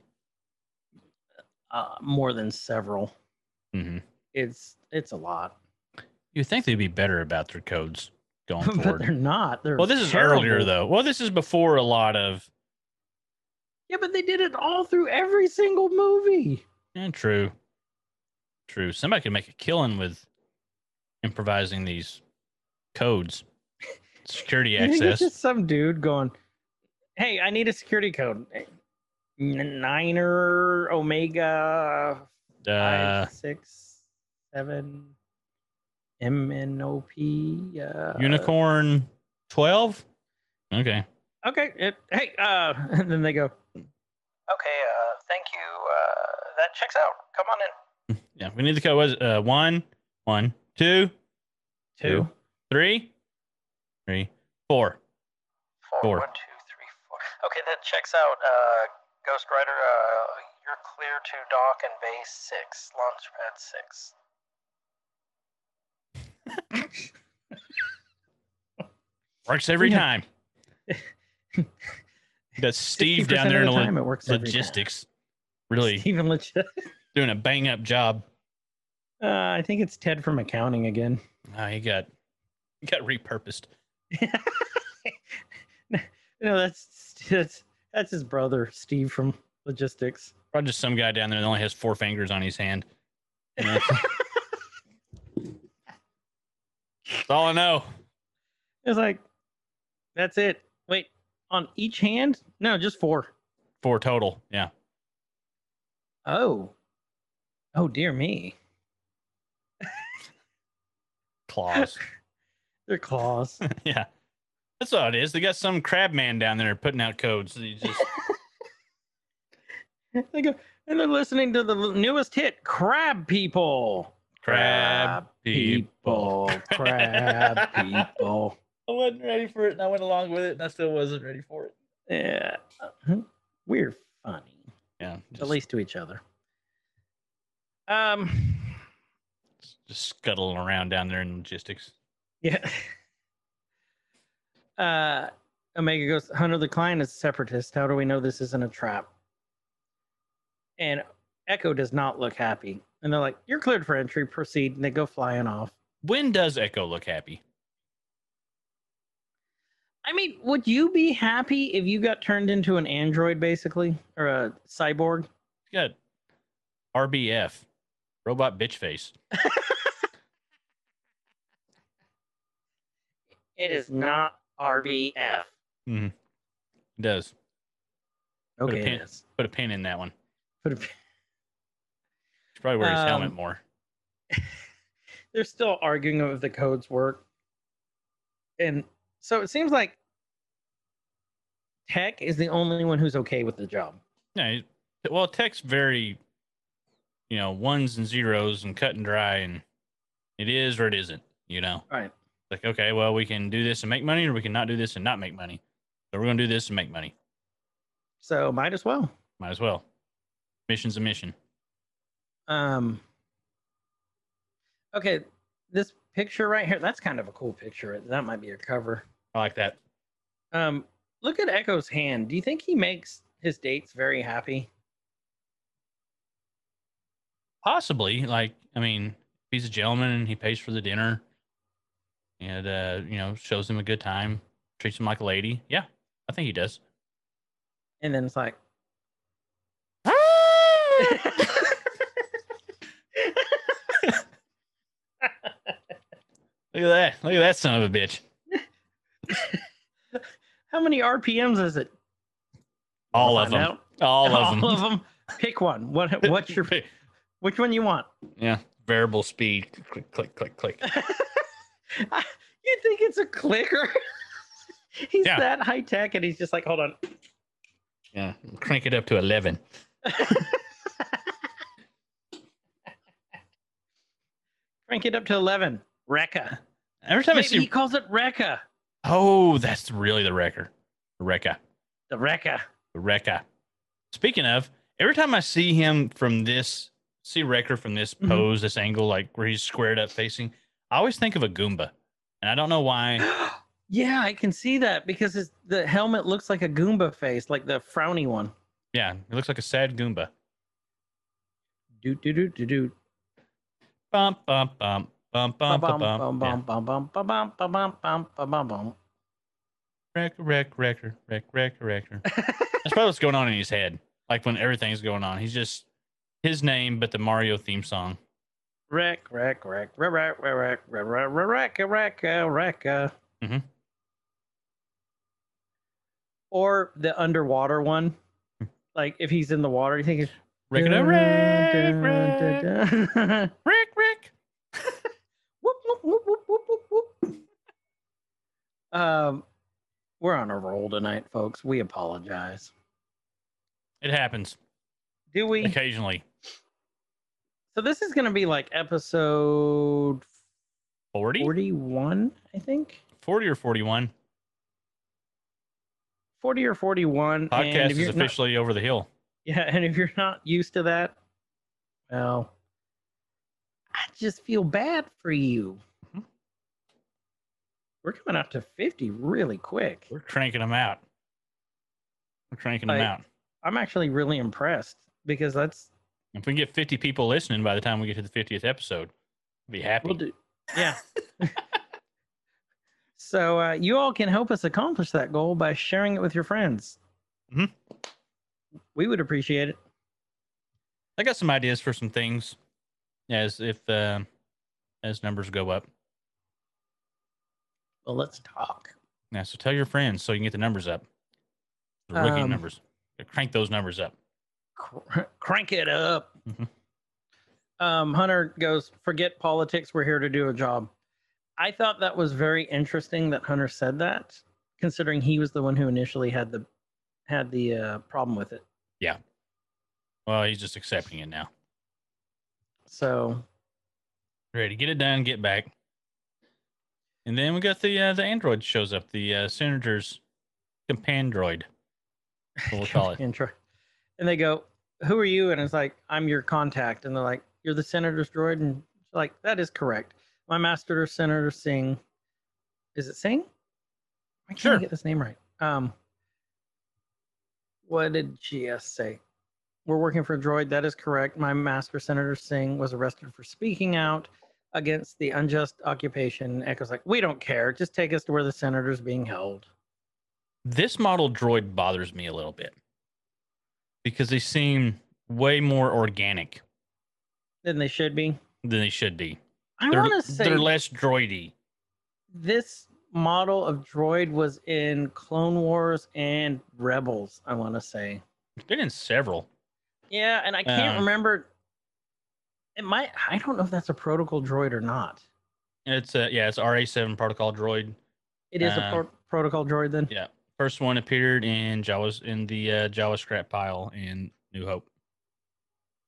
Uh, more than several.
hmm
It's it's a lot.
You think they'd be better about their codes going
but they're
forward?
not. They're
Well, this is earlier
terrible.
though. Well, this is before a lot of
Yeah, but they did it all through every single movie.
eh, true, true. Somebody could make a killing with improvising these codes, security
You think it's
access.
just some dude going, "Hey, I need a security code." N- Niner Omega
Uh,
five six seven M N O P uh,
unicorn twelve. Okay,
okay it, hey uh and then they go okay uh thank you uh that checks out come on
yeah. We need the code. Was uh, one, one, two,
in
Two. three, three, four.
Four,
Four.
One, two, three, four. Okay, that checks out. Uh, Ghost Rider, uh, you're clear to dock and base six, launch pad six.
Works every
Yeah.
time. Got Steve
60%
down there in
of the
lo-
time, it works every time.
logistics, really
Steven Legit.
doing a bang up job.
Uh, I think it's Ted from accounting again.
Oh, he got he got repurposed.
No, that's that's that's his brother Steve from logistics.
Probably just some guy down there that only has four fingers on his hand. You know? That's all I know.
It's like that's it. Wait, on each hand? No, just four.
Four total. Yeah.
Oh. Oh dear me.
Claws.
Their claws.
yeah. That's all it is. They got some crab man down there putting out codes. He just
they go, and they're listening to the newest hit, Crab People.
crab people.
people. Crab people.
I wasn't ready for it and I went along with it and I still wasn't ready for it.
Yeah. Hmm. We're funny.
Yeah.
At
Just,
least to each other. Um
just scuttling around down there in logistics.
Yeah. Uh, Omega goes, Hunter the Client is a separatist. How do we know this isn't a trap? And Echo does not look happy. And they're like, You're cleared for entry, proceed. And they go flying off.
When does Echo look happy?
I mean, would you be happy if you got turned into an android, basically, or a cyborg?
He's got RBF, robot bitch face.
It is not RBF.
He does.
Okay.
pin-
it is.
Put a pin in that one.
Put a-
Should probably wear his
Um,
helmet more.
they're still arguing if the codes work. And so it seems like Tech is the only one who's okay with the job.
Yeah. he- Well, tech's very, you know, ones and zeros and cut and dry, and it is or it isn't. You know,
Right.
like okay, well, we can do this and make money, or we can not do this and not make money. So we're gonna do this and make money.
So might as well.
Might as well. Mission's a mission.
Um Okay, this picture right here, that's kind of a cool picture. That might be a cover.
I like that.
Um look at Echo's hand. Do you think he makes his dates very happy?
Possibly, like, I mean, if he's a gentleman and he pays for the dinner, and uh, you know, shows him a good time, treats him like a lady. Yeah, I think he does.
And then it's like
Look at that! Look at that son of a bitch.
How many RPMs is it?
All
We'll
of
find
them.
out.
All of them.
All of them. Pick one. What? What's your? Which one you want?
yeah? Variable speed. Click, click, click, click.
you think it's a clicker? he's
Yeah.
that high tech, and he's just like, hold on.
Yeah, crank it up to eleven.
Crank it up to eleven. Recca.
Every time
Maybe
I see,
he calls it Recca.
oh, that's really the wrecker. Wrecker.
The Recca.
Rekka. Speaking of, every time I see him from this, see Wrecker from this
Mhm.
pose, this angle, like where he's squared up facing, I always think of a Goomba. And I don't know why.
yeah, I can see that because his, the helmet looks like a Goomba face, like the frowny one.
Yeah, he looks like a sad Goomba.
Do do do do do.
Bum, bum, bum, bum, bum, bum, bum. Yeah.
That's
Wreck, wreck, wrecker, wreck, wreck, wrecker. That's probably what's going on in his head. Like when everything's going on, he's just his name, but the Mario theme song.
Wreck, wreck, wreck, wreck, wreck, wreck, wreck, wreck, wreck, wreck, wreck, uh. wreck.
Mhm.
Or the underwater one.
Hmm.
Like if he's in the water, you think it's
Wreck, it up, wreck, wreck,
wreck.
wreck, wreck.
Whoop, whoop, whoop, whoop, whoop, whoop, whoop. Um, we're on a roll tonight, folks. We apologize.
It happens
Do we?
occasionally.
So this is going to be like episode
40?
41, I think.
40 or 41?
40 or 41.
Podcast
and if
is
you're not-
officially over the hill.
yeah, and if you're not used to that, well, I just feel bad for you.
Mhm.
We're coming up to 50 really quick.
We're cranking them out. We're cranking
Like-
them out.
I'm actually really impressed because that's
If we can get 50 people listening by the time we get to the 50th episode, I'll be happy.
We'll do. Yeah. so uh, you all can help us accomplish that goal by sharing it with your friends.
Mhm.
We would appreciate it.
I got some ideas for some things as if uh, as numbers go up.
Well, let's talk.
Yeah, so tell your friends so you can get the numbers up. The rookie
Um,
numbers. Crank those numbers up.
Cr- crank it up.
Mhm.
Um, Hunter goes, forget politics. We're here to do a job. I thought that was very interesting that Hunter said that, considering he was the one who initially had the had the uh, problem with it.
Well, he's just accepting it now.
So
Ready, get it done, get back. And then we got the uh, the android shows up, the uh, senator's compandroid. What we'll call it.
intro. And they go, Who are you? And it's like, I'm your contact. And they're like, You're the senator's droid. And she's like, That is correct. My master, Senator Singh. Is it Singh? I can't
Sure.
get this name right. Um, what did GS say? We're working for a droid. That is correct. My master, Senator Singh, was arrested for speaking out against the unjust occupation. Echo's like, We don't care. Just take us to where the senator's being held.
this model droid bothers me a little bit because they seem way more organic
Then they should be.
than they should be.
I
They're,
want to say
they're less droidy.
this model of droid was in Clone Wars and Rebels, I want to say.
They've been in several.
Yeah, and I can't
Um,
remember. It might, I don't know if that's a protocol droid or not.
It's a, yeah, it's RA7 protocol droid.
It is a
Uh,
pro- protocol droid then.
Yeah, first one appeared in Jawa's in the uh, Jawa scrap pile in New Hope.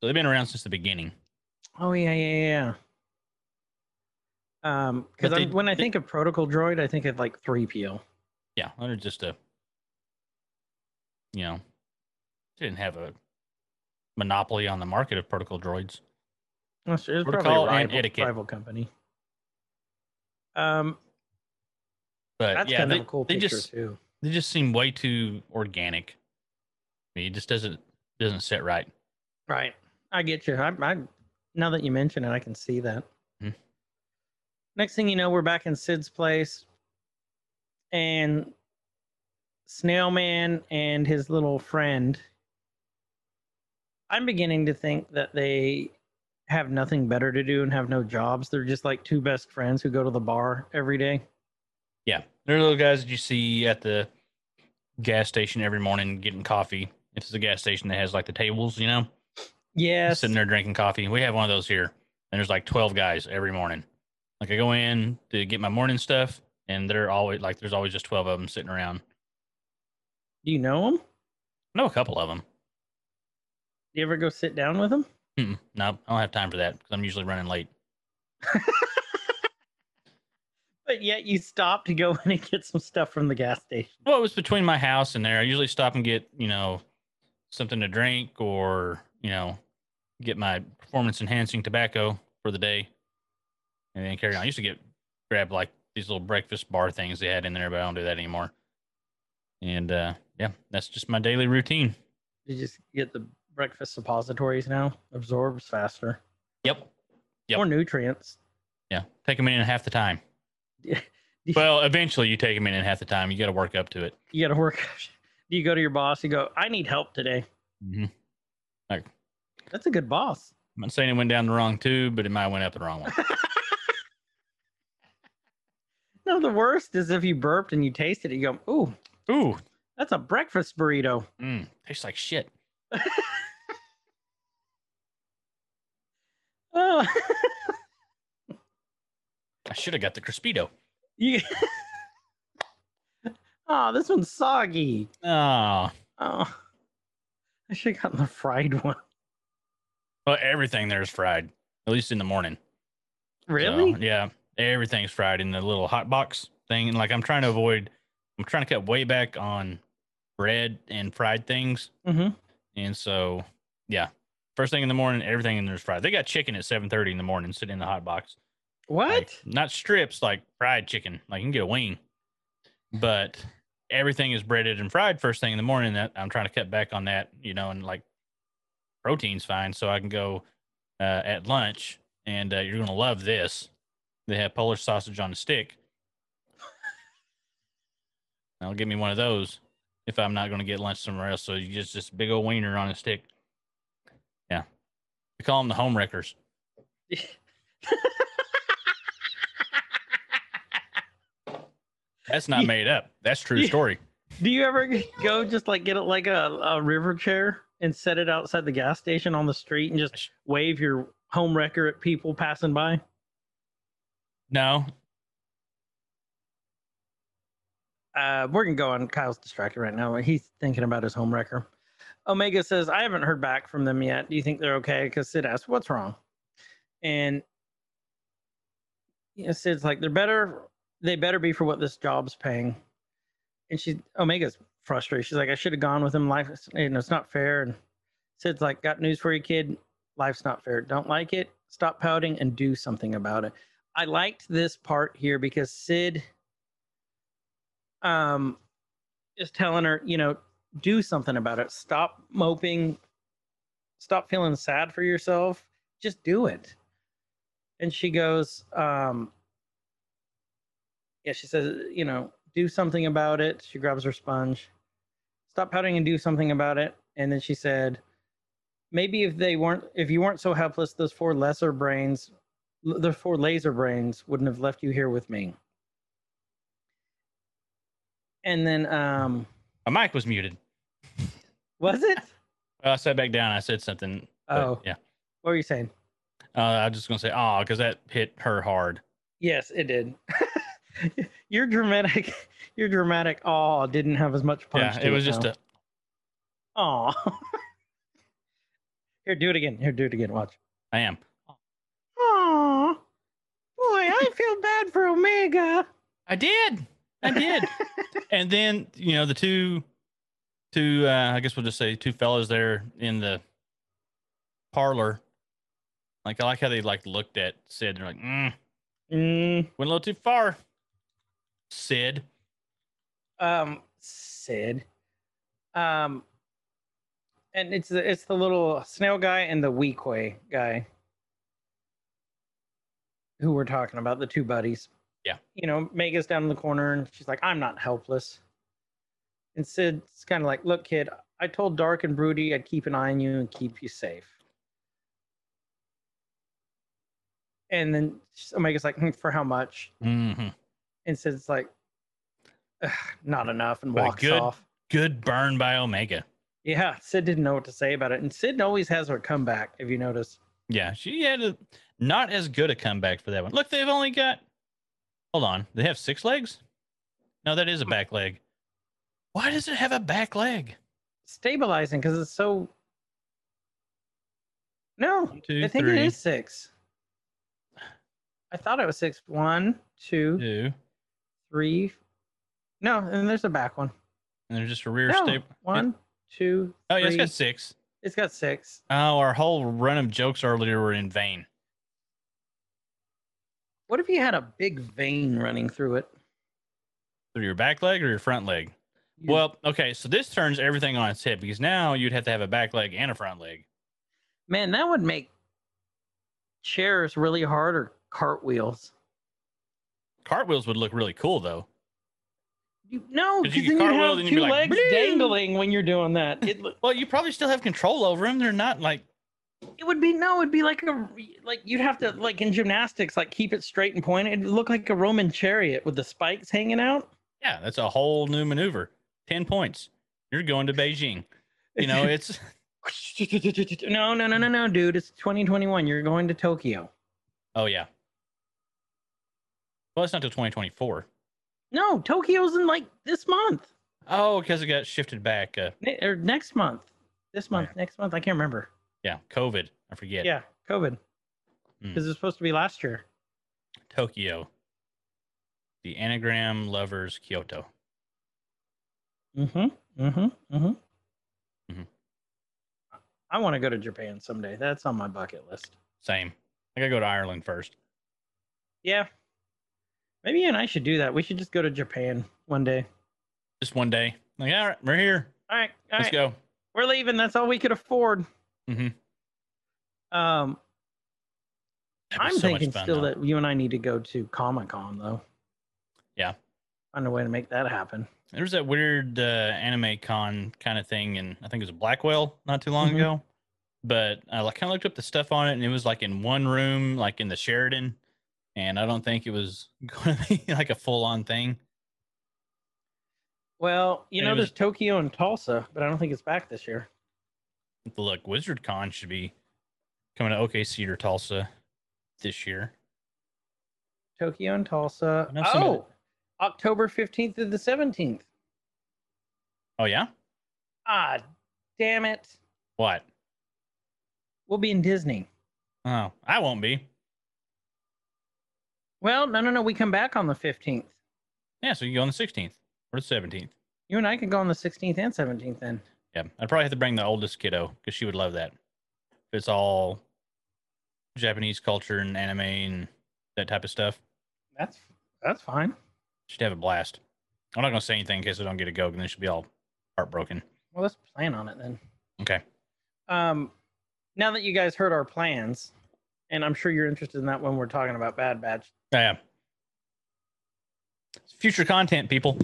So they've been around since the beginning.
Oh, yeah, yeah, yeah. Um,
But
because
they-
when I
they-
think of protocol droid, I think of like 3PO.
Yeah, they're just a, you know, didn't have a monopoly on the market of protocol droids.
It's, it's probably a
Protocol and
rival,
etiquette.
rival company. Um,
But
that's
yeah,
kind
they,
of a cool
they
picture
just
too.
they just seem way too organic. I mean, it just doesn't doesn't sit right.
Right. I get you. I, I now that you mention it, I can see that.
Mhm.
Next thing you know, we're back in Sid's place, and Snailman and his little friend. I'm beginning to think that they have nothing better to do and have no jobs. They're just like two best friends who go to the bar every day.
Yeah, they're the little guys that you see at the gas station every morning getting coffee. If it's a gas station that has like the tables, you know,
Yes.
sitting there drinking coffee. We have one of those here, and there's like twelve guys every morning. Like I go in to get my morning stuff, and they're always like, there's always just twelve of them sitting around.
Do you know them?
I know a couple of them.
Do you ever go sit down with them?
Mm-mm, Hmm, no, I don't have time for that because I'm usually running late.
But yet you stop to go in and get some stuff from the gas station.
Well, it was between my house and there. I usually stop and get, you know, something to drink or, you know, get my performance enhancing tobacco for the day and then carry on. I used to get grab like these little breakfast bar things they had in there, but I don't do that anymore. And uh yeah, that's just my daily routine.
You just get the breakfast suppositories now. Absorbs faster.
Yep. Yep.
More nutrients.
Yeah. Take them in half the time.
Yeah.
well, eventually you take them in in half the time. You got to work up to it.
You got to work. you go to your boss. You go. I need help today.
Mm-hmm.
That's a good boss.
I'm not saying it went down the wrong tube, but it might have went up the wrong one.
No, the worst is if you burped and you tasted it. You go, ooh,
Ooh,
that's a breakfast burrito.
mm, tastes like shit.
Oh,
I should have got the Crispito.
you. oh, this one's soggy.
Oh,
Oh, I should have gotten the fried one.
well, everything there is fried, at least in the morning. So,
Really?
yeah, everything's fried in the little hot box thing. And like, I'm trying to avoid, I'm trying to cut way back on bread and fried things.
Mm-hmm.
And so, yeah, first thing in the morning, everything in there is fried. They got chicken at 7:30 in the morning, sitting in the hot box.
What?
Like, not strips, like fried chicken. Like you can get a wing, but everything is breaded and fried first thing in the morning. That I'm trying to cut back on that, you know, and like protein's fine. So I can go uh, at lunch, and uh, you're gonna love this. They have Polish sausage on a stick. I'll give me one of those if I'm not gonna get lunch somewhere else. So you just this big old wiener on a stick. Yeah, we call them the home wreckers. That's not
Yeah.
made up. That's true
Yeah.
story.
Do you ever go just like get it like a, a river chair and set it outside the gas station on the street and just wave your home wrecker at people passing by?
No,
Uh, we're gonna go on. Kyle's distracted right now. He's thinking about his home wrecker. Omega says, I haven't heard back from them yet. Do you think they're okay? Because Sid asks, What's wrong? And you know, Sid's like, They're better, they better be for what this job's paying. And she, Omega's frustrated. She's like, I should have gone with him. Life, is- you know, it's not fair. And Sid's like, Got news for you, kid. Life's not fair. Don't like it. Stop pouting and do something about it. I liked this part here because Sid um, is telling her, you know, do something about it. Stop moping. Stop feeling sad for yourself. Just do it. And she goes, um, yeah, she says, you know, do something about it. She grabs her sponge. Stop pouting and do something about it. And then she said, maybe if they weren't, if you weren't so helpless, those four lesser brains, the four laser brains wouldn't have left you here with me. And then, um,
my mic was muted.
was it?
Well, I sat back down. I said something. but
Oh.
yeah.
What were you saying?
Uh, I was just gonna say, oh, because that hit her hard.
Yes, it did. your dramatic, your dramatic. Oh, didn't have as much punch.
yeah,
to
it was just
though.
a.
Aw. Here, do it again. Here, do it again. Watch.
I am.
Aw. Boy, I feel bad for Omega.
I did. I did. and then you know the two, two. Uh, I guess we'll just say two fellows there in the parlor. Like I like how they like looked at Sid. They're like, mm,
Mm,
went a little too far. Sid.
um, Sid. Um, and it's the it's the little snail guy and the Weequay guy who we're talking about, the two buddies.
Yeah.
You know, Mega's down in the corner and she's like, I'm not helpless. And Sid's kind of like, Look, kid, I told Dark and Broody I'd keep an eye on you and keep you safe. And then Omega's like, hmm, For how much?
hmm
And Sid's like, "Ugh, Not enough and
But
walks
good-
off.
Good burn by Omega.
Yeah, Sid didn't know what to say about it. And Sid always has her comeback, if you notice.
Yeah, she had a, not as good a comeback for that one. Look, they've only got. Hold on, they have six legs. No, that is a back leg. Why does it have a back leg?
Stabilizing because it's so. No,
One, two,
I think it
three,
is six. I thought it was six. One, two, three.
two,
No, and there's a back one.
and there's just a rear
No,
staple.
one, two,
Oh, yeah, it's
three.
got six.
It's got six.
Oh, our whole run of jokes earlier were in vain.
What if you had a big vein running through it?
Through your back leg or your front leg?
You-
Well, okay, so this turns everything on its head because now you'd have to have a back leg and a front leg.
man, that would make chairs really hard or cartwheels.
Cartwheels would look really cool though.
You, no,
'Cause
because
you
then
can
you
cartwheel,
have
then you'd be
two
like,
legs
"Bling!"
dangling when you're doing that. It, lo-
Well, you probably still have control over them. They're not like
it would be no, it'd be like a re- like you'd have to like in gymnastics like keep it straight and pointed. It'd look like a Roman chariot with the spikes hanging out.
Yeah, that's a whole new maneuver. 10 points. You're going to Beijing. You know, it's
no, no, no, no, no, dude. It's 2021. You're going to Tokyo.
oh yeah. Well, it's not till 2024.
No, Tokyo's in like this month
Oh, because it got shifted back. Uh,
ne- or next month. This month, next month. I can't remember.
yeah, COVID. I forget.
Yeah, COVID.
Hmm.
Because it's supposed to be last year.
Tokyo. The anagram lovers Kyoto.
Mm-hmm. Mm-hmm. Mm-hmm.
Mhm.
I want to go to Japan someday. That's on my bucket list.
Same. I gotta go to Ireland first.
Yeah. Maybe you and I should do that. We should just go to Japan one day.
Just one day. Like, all right, we're here.
All right. all
Let's
right,
go.
We're leaving. That's all we could afford.
Mhm.
Um,
That'd be
I'm
so much
thinking
fun,
still
though.
that you and I need to go to Comic Con though.
Yeah.
Find a way to make that happen.
There was that weird uh, anime con kind of thing, and I think it was Blackwell not too long
Mhm.
ago. But I like, kind of looked up the stuff on it, and it was like in one room, like in the Sheridan. And I don't think it was going to be like a full on thing.
Well, you
And it
know,
was-
there's Tokyo and Tulsa, but I don't think it's back this year.
Look, Wizard Con should be coming to OKC or Tulsa this year.
Tokyo and Tulsa.
I know some of
Oh, October 15th to the 17th.
Oh, yeah?
Ah, damn it.
What?
We'll be in Disney.
Oh, I won't be.
Well, no, no, no. We come back on the 15th.
Yeah, so you go on the 16th or the 17th.
You and I can go on the 16th and 17th then.
Yeah, I'd probably have to bring the oldest kiddo because she would love that. If it's all Japanese culture and anime and that type of stuff,
That's that's fine.
she'd have a blast. I'm not gonna say anything in case I don't get a go, and then she'll be all heartbroken.
Well, let's plan on it then.
Okay.
Um, now that you guys heard our plans, and I'm sure you're interested in that when we're talking about Bad Batch.
Yeah. It's future content, people.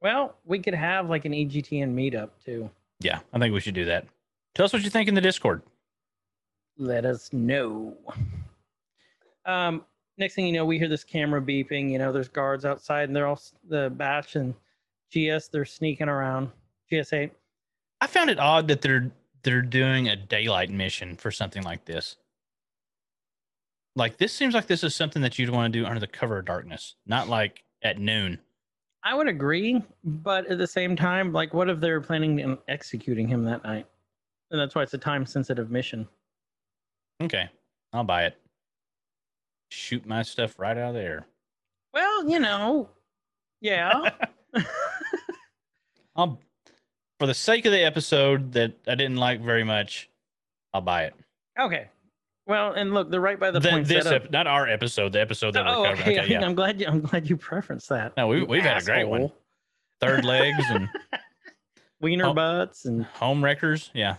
Well, we could have like an E EGTN meetup too.
Yeah, I think we should do that. Tell us what you think in the Discord.
Let us know. Um, next thing you know, we hear this camera beeping. You know, there's guards outside, and they're all s- the batch and GS. They're sneaking around. GS8.
I found it odd that they're they're doing a daylight mission for something like this. Like this seems like this is something that you'd want to do under the cover of darkness, not like at noon.
I would agree, but at the same time, like, what if they were planning on executing him that night? And that's why it's a time-sensitive mission.
Okay, I'll buy it. Shoot my stuff right out of there.
Well, you know, yeah.
I'll, for the sake of the episode that I didn't like very much, I'll buy it.
okay. Well, and look, they're right by the,
The
point.
this ep- not our episode, the episode that
oh,
we're covering.
okay.
Okay, yeah.
I'm glad you. I'm glad you preferenced that.
No, we,
You
we've had a great one.
asshole.
Third legs and
Wiener
Oh.
butts and
home wreckers. Yeah,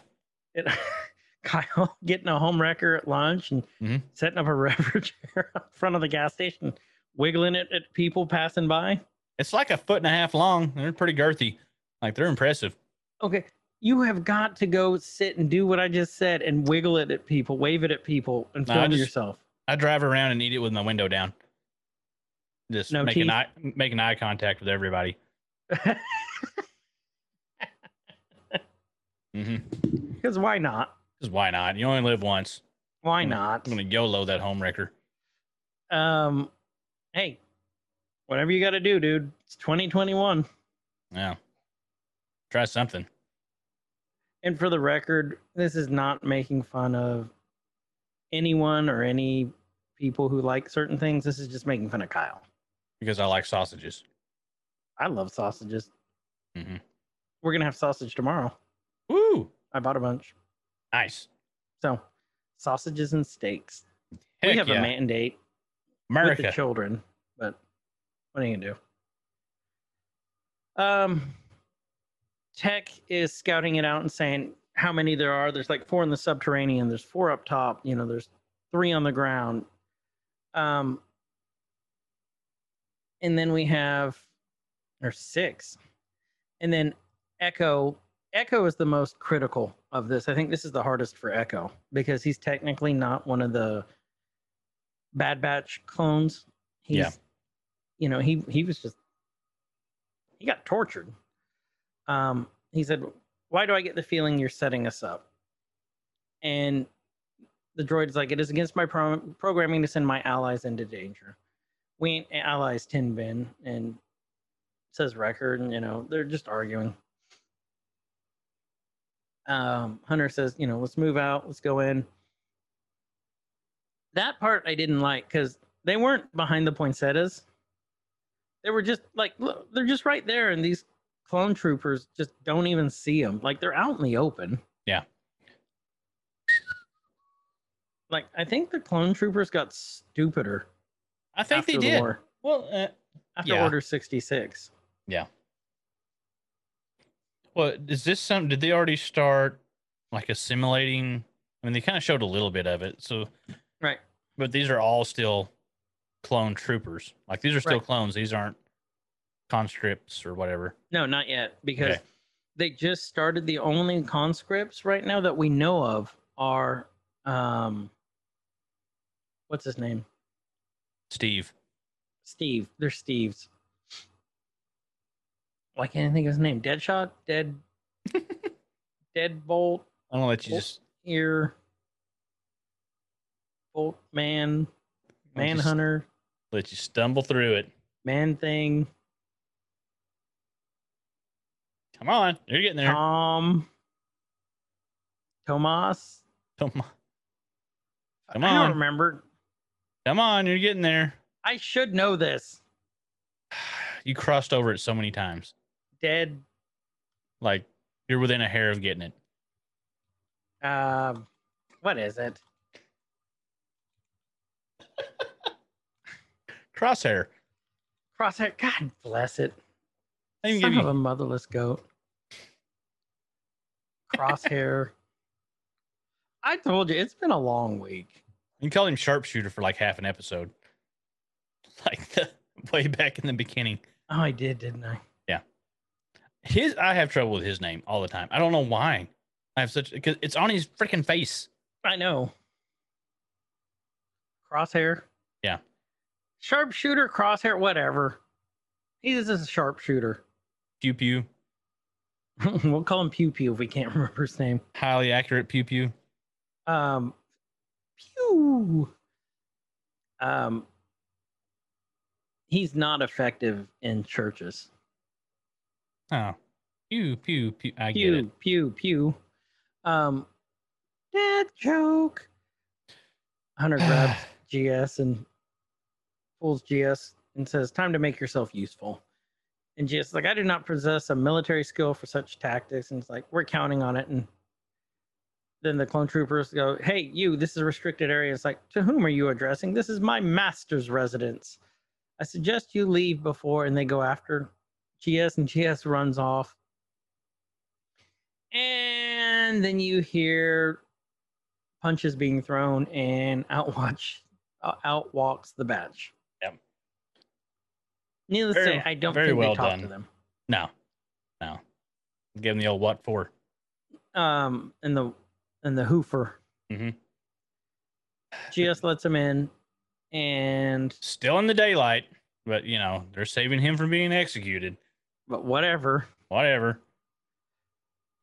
it, Kyle getting a home wrecker at lunch and
Mhm.
setting up a refrigerator in front of the gas station, wiggling it at people passing by.
it's like a foot and a half long. They're pretty girthy. Like they're impressive.
Okay, you have got to go sit and do what I just said and wiggle it at people, wave it at people, and
No, I
film
just-
yourself.
I drive around and eat it with my window down. Just
No
making
teeth?
eye making eye contact with everybody. hmm
Because why not?
Because why not? You only live once.
Why
I'm gonna-
not?
I'm gonna YOLO that home wrecker.
um hey whatever you got to do dude it's 2021
Yeah. Try something.
and for the record this is not making fun of anyone or any people who like certain things this is just making fun of kyle
Because I like sausages.
i love sausages
Mhm.
we're gonna have sausage tomorrow
Woo!
i bought a bunch
Nice.
so sausages and steaks
Heck
we have
yeah.
a mandate with
America.
the children but what are you gonna do um tech is scouting it out and saying how many there are there's like four in the subterranean there's four up top you know there's three on the ground um and then we have or six and then echo echo is the most critical of this i think this is the hardest for echo because he's technically not one of the bad batch clones he's
Yeah.
you know he he was just he got tortured um he said why do i get the feeling you're setting us up and the droid is like it is against my prom- programming to send my allies into danger we ain't allies tin bin and says record and you know they're just arguing um hunter says you know let's move out let's go in that part i didn't like because they weren't behind the poinsettias they were just like look, they're just right there and these clone troopers just don't even see them like they're out in the open
Yeah.
like i think the clone troopers got stupider
I think they
after the
did.
war,
well, uh,
after
Yeah.
order 66
well, is this some? Did they already start? like assimilating. I mean, they kind of showed a little bit of it. So,
Right.
But these are all still clone troopers. Like these are still
Right.
clones. These aren't conscripts or whatever.
No, not yet, because
Okay.
they just started. The only conscripts right now that we know of are, um, what's his name?
Steve.
Steve. They're Steve's. Why can't I think of his name? Deadshot, Dead, Deadbolt,
I'm gonna let you
Well,
just
Ear, Bolt Man,
I'll just
Manhunter,
let you stumble through it.
Man Thing,
Come on, you're getting there.
Tom, Tomas.
Come on, Come
I don't
on.
remember.
come on, you're getting there.
I should know this.
You crossed over it so many times.
Dead.
Like you're within a hair of getting it.
Uh, what is it?
Crosshair.
Crosshair. God bless it.
I even
Son
give
of
you.
a motherless goat. Crosshair. I told you it's been a long week.
You called him sharpshooter for like half an episode. Like the way back in the beginning.
Oh, I did, didn't I?
His I have trouble with his name all the time. I don't know why. I have such because it's on his freaking face.
I know. Crosshair.
Yeah.
Sharpshooter, crosshair, whatever. He's just a sharpshooter.
Pew pew.
we'll call him Pew Pew if we can't remember his name.
Highly accurate pew pew.
Um, pew. Um, he's not effective in churches.
Oh. Pew pew pew. I get it.
Pew, pew, pew. Um, dad joke. Hunter grabs GS and pulls GS and says, Time to make yourself useful. And GS is like, I do not possess a military skill for such tactics. And it's like, We're counting on it. And then the clone troopers go, Hey, you, this is a restricted area. It's like, To whom are you addressing? This is my master's residence. I suggest you leave before. And they go after GS, and GS runs off. And then you hear punches being thrown, and Outwatch uh, outwalks the batch.
Yep.
Needless
Very-
to say, I don't
very
think
well
they talked to
done.
them.
No. No. Give him the old what for.
Um, and the and the Hoofer.
Mhm.
GS lets him in, and
Still in the daylight, but you know, they're saving him from being executed.
but whatever.
Whatever.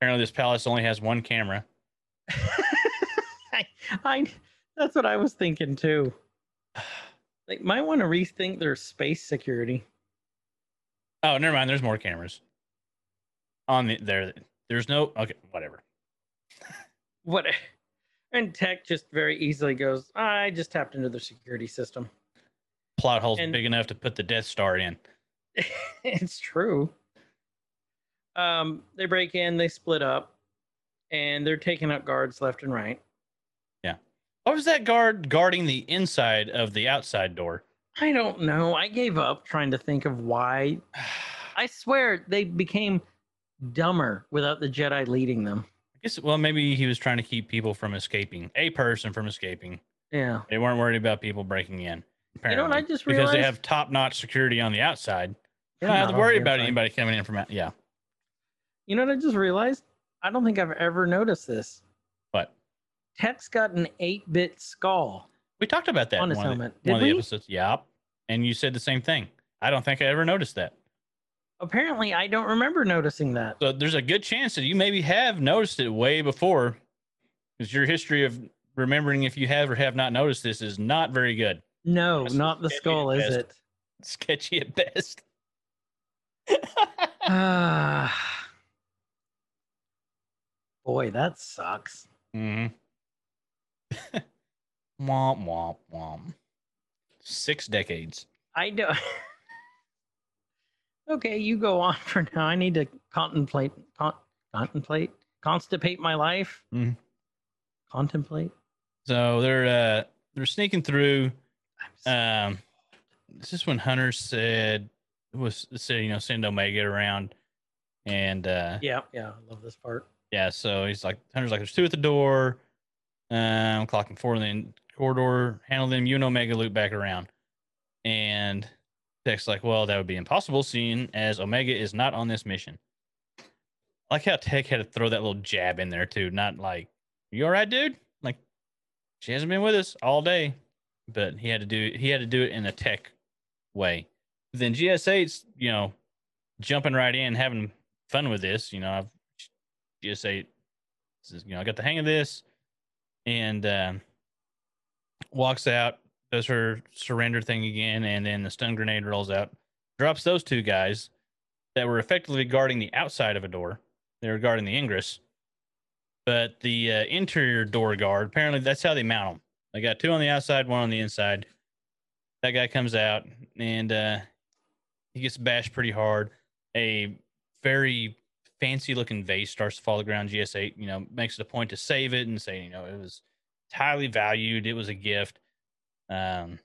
Apparently this palace only has one camera.
I, I that's what I was thinking too. They might want to rethink their space security.
Oh, never mind. There's more cameras on the there. There's no okay, whatever.
What? And tech just very easily goes. I just tapped into the security system.
Plot hole's
And-
big enough to put the Death Star in.
it's true. Um, they break in, they split up, and they're taking out guards left and right.
Why was that guard guarding the inside of the outside door?
I don't know. I gave up trying to think of why.
I
I swear they became dumber without the Jedi leading them.
guess well maybe he was trying to keep people from escaping. A person from escaping.
Yeah.
They weren't worried about people breaking in.
You know what
Apparently,
I just
because
realized?
they have top notch security on the outside. They don't have
Not
to
on
worry
the
about
inside.
anybody coming in from out. Yeah.
You know what I just realized? I don't think I've ever noticed this.
But
Tech's got an 8-bit skull
we talked about that
on
in
his
one, of the-
helmet.
one
Did
of the
we?
episodes. Yep. And you said the same thing. I don't think I ever noticed that.
Apparently, I don't remember noticing that.
So there's a good chance that you maybe have noticed it way before, because your history of remembering if you have or have not noticed this is not very good.
No,
That's
not the
sketchy at
skull, is
best.
it?
Sketchy at best.
Ah. Boy, that sucks.
hmm womp womp womp. Six decades.
I don't. okay, you go on for now. I need to contemplate, con- contemplate, constipate my life.
Mhm.
Contemplate.
So they're uh they're sneaking through.
I'm s-
Um, this is when Hunter said was said you know send Omega around, and uh,
yeah, yeah, I love this part.
Yeah, so he's like, Hunter's like, there's two at the door. Um, clocking four in the corridor. Handle them. You and Omega loop back around. And Tech's like, well, that would be impossible, seeing as Omega is not on this mission. I like how Tech had to throw that little jab in there too. Not like, you all right, dude? Like, she hasn't been with us all day, but he had to do he had to do it in a Tech way. Then GS8's, you know, jumping right in, having fun with this. You know, I've GS8 says, you know, I got the hang of this, and um, walks out, does her surrender thing again, and then the stun grenade rolls out, drops those two guys that were effectively guarding the outside of a door. They were guarding the ingress, but the uh, interior door guard apparently that's how they mount them. They got two on the outside, one on the inside. That guy comes out and uh, he gets bashed pretty hard. A very fancy looking vase starts to fall to the ground. GS8, you know, makes it a point to save it and say, you know, it was it's highly valued. It was a gift. Um,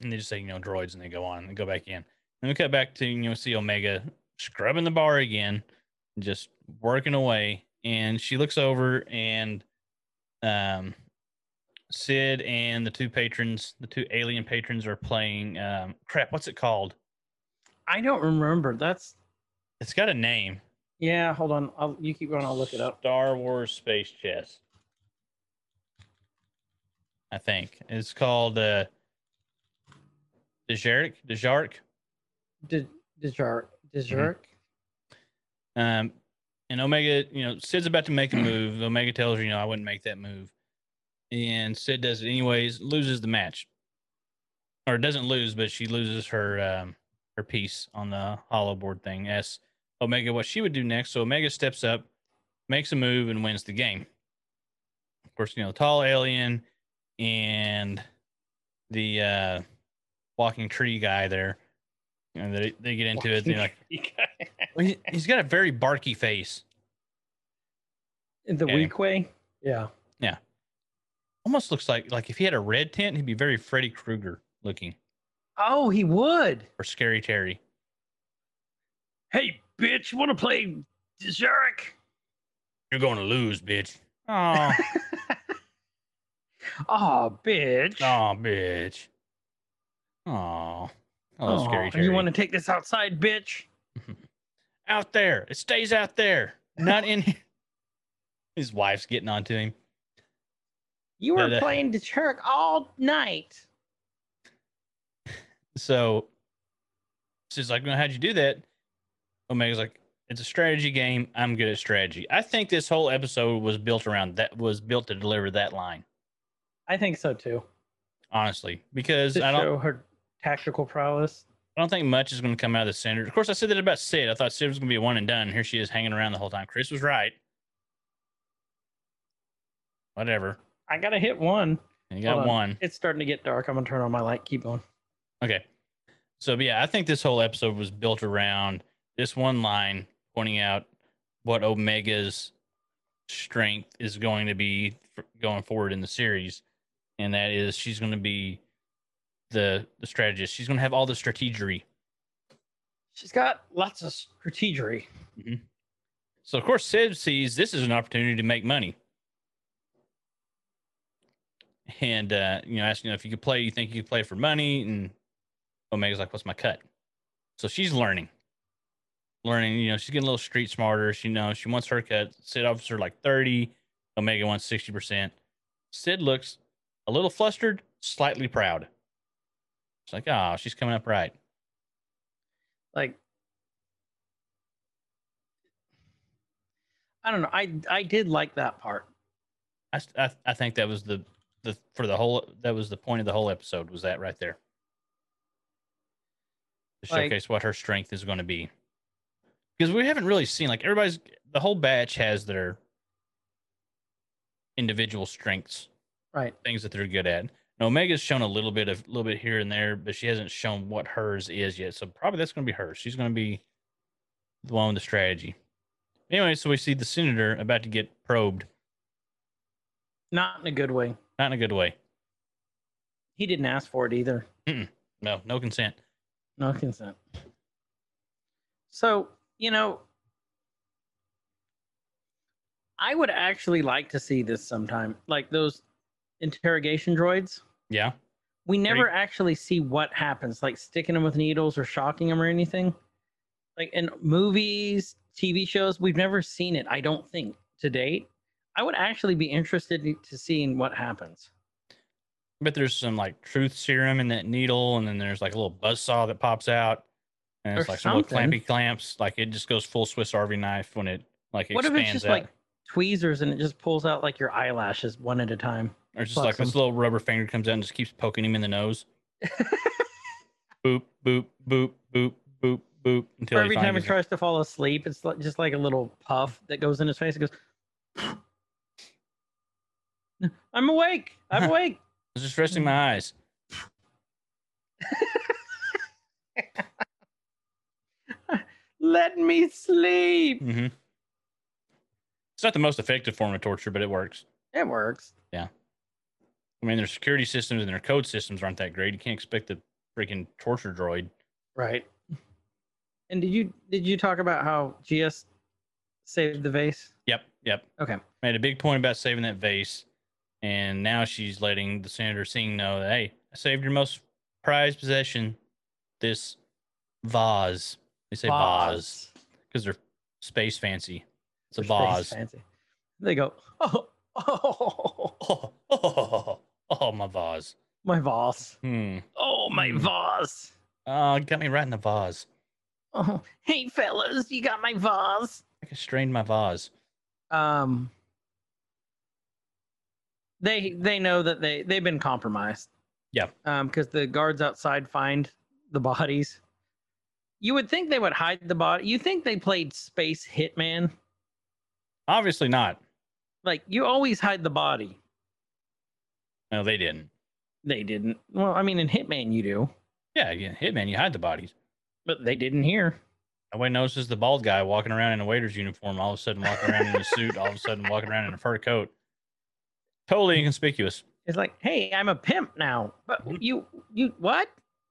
and they just say, you know, droids, and they go on and go back in. And we cut back to, you know, see Omega scrubbing the bar again, just working away. And she looks over and, um, Sid and the two patrons, the two alien patrons, are playing. Um, crap, what's it called?
I don't remember. That's
It's got a name.
yeah. Hold on. I'll, you keep going. I'll look it up.
Star Wars Space Chess. I think it's called uh, Dejark. Dejark.
Did Dejart Dejark?
Mm-hmm. Um, and Omega, you know, Sid's about to make a move. Omega tells her, you know, I wouldn't make that move. And Sid does it anyways, loses the match. Or doesn't lose, but she loses her um, her piece on the hollow board thing. Asks Omega what she would do next. So Omega steps up, makes a move, and wins the game. Of course, you know, the tall alien and the uh, walking tree guy there. And they, they get into it. They're like, well, he- he's got a very barky face.
the
Yeah.
weak way. Yeah.
Almost looks like like if he had a red tint, he'd be very Freddy Krueger looking
Oh, he would.
or Scary Terry.
Hey, bitch, want to play Zarek?
You're going to lose, bitch. Oh,
Oh, bitch.
oh, bitch. Oh, I love
Aw,
Scary Terry.
You want to take this outside, bitch?
out there? It stays out there, not in here. His wife's getting onto him.
You were
But, uh,
playing Dejarek all night.
So she's like, well, how'd you do that? Omega's like, it's a strategy game. I'm good at strategy. I think this whole episode was built around that was built to deliver that line,
I think so too.
honestly, because
To
I don't
show her tactical prowess.
I don't think much is going to come out of the center. Of course, I said that about Sid. I thought Sid was going to be a one and done. Here she is hanging around the whole time. Chris was right. Whatever.
I gotta hit one.
And you got
Hold on.
one.
It's starting to get dark. I'm gonna turn on my light. Keep going.
Okay. So, but yeah, I think this whole episode was built around this one line pointing out what Omega's strength is going to be f- going forward in the series. And that is she's going to be the, the strategist. She's going to have all the strategery.
She's got lots of strategery.
So of course Sid sees this is an opportunity to make money. And uh, you know, asking if you could play, you think you could play for money, and Omega's like, What's my cut? So she's learning. Learning, you know, she's getting a little street smarter. She knows she wants her cut. Sid offers her like 30, Omega wants 60%. Sid looks a little flustered, slightly proud. It's like, oh, she's coming up right.
Like I don't know. I I did like that part.
I, s- I, I think that was the the for the whole that was the point of the whole episode was that right there to
Like-
showcase what her strength is going to be because we haven't really seen like everybody's the whole batch has their individual strengths
Right.
things that they're good at now omega's shown a little bit of a little bit here and there but she hasn't shown what hers is yet so probably that's going to be her she's going to be the one with the strategy anyway so we see the senator about to get probed
Not in a good way.
not in a good way
He didn't ask for it either.
No, no consent.
No consent. So, you know, I would actually like to see this sometime. Like those interrogation droids.
Yeah.
We never actually see what happens, like sticking them with needles or shocking them or anything. Like in movies, TV shows, we've never seen it, I don't think, to date. I would actually be interested in- to seeing what happens.
But there's some like truth serum in that needle, and then there's like a little buzz saw that pops out, and it's
Or
like some little
something.
clampy clamps. Like it just goes full Swiss Army knife when it like
What if
expands
it's just
out,
like tweezers and it just pulls out like your eyelashes one at a time?
or just like
plucks 'em?
this little rubber finger comes out and just keeps poking him in the nose. boop boop boop boop boop boop until
Or
he
every
finally
time he
gets it.
tries to fall asleep, it's like, just like a little puff that goes in his face. It goes, I'm awake. I'm awake.
I was just resting my eyes.
Let me sleep.
hmm It's not the most effective form of torture, but it works.
It works.
I mean, their security systems and their code systems aren't that great. You can't expect the freaking torture droid.
Right. And did you did you talk about how GS saved the vase?
Yep, yep.
Okay.
Made a big point about saving that vase, and now she's letting the Senator Singh know that hey, I saved your most prized possession, this vase. They say vase because they're space fancy. It's a
Which thing's
vase.
Fancy. They go, oh, oh,
Oh, oh, oh, oh, oh, my vase.
my vase.
Hmm.
Oh, my
Hmm.
vase.
Oh, got me right in the vase.
Oh, hey fellas, you got my vase.
I think I strained my vase.
um they they know that they they've been compromised
Yeah.
um because the guards outside find the bodies you would think they would hide the body you think they played space hitman
Obviously not.
like you always hide the body
No, they didn't.
they didn't well i mean in hitman you do
Yeah, yeah, Hitman, you hide the bodies.
but they didn't hear
Nobody notices the bald guy walking around in a waiter's uniform, all of a sudden walking around in a suit, all of a sudden walking around in a fur coat.
Mm-hmm.
Totally inconspicuous.
it's like hey i'm a pimp now but you you what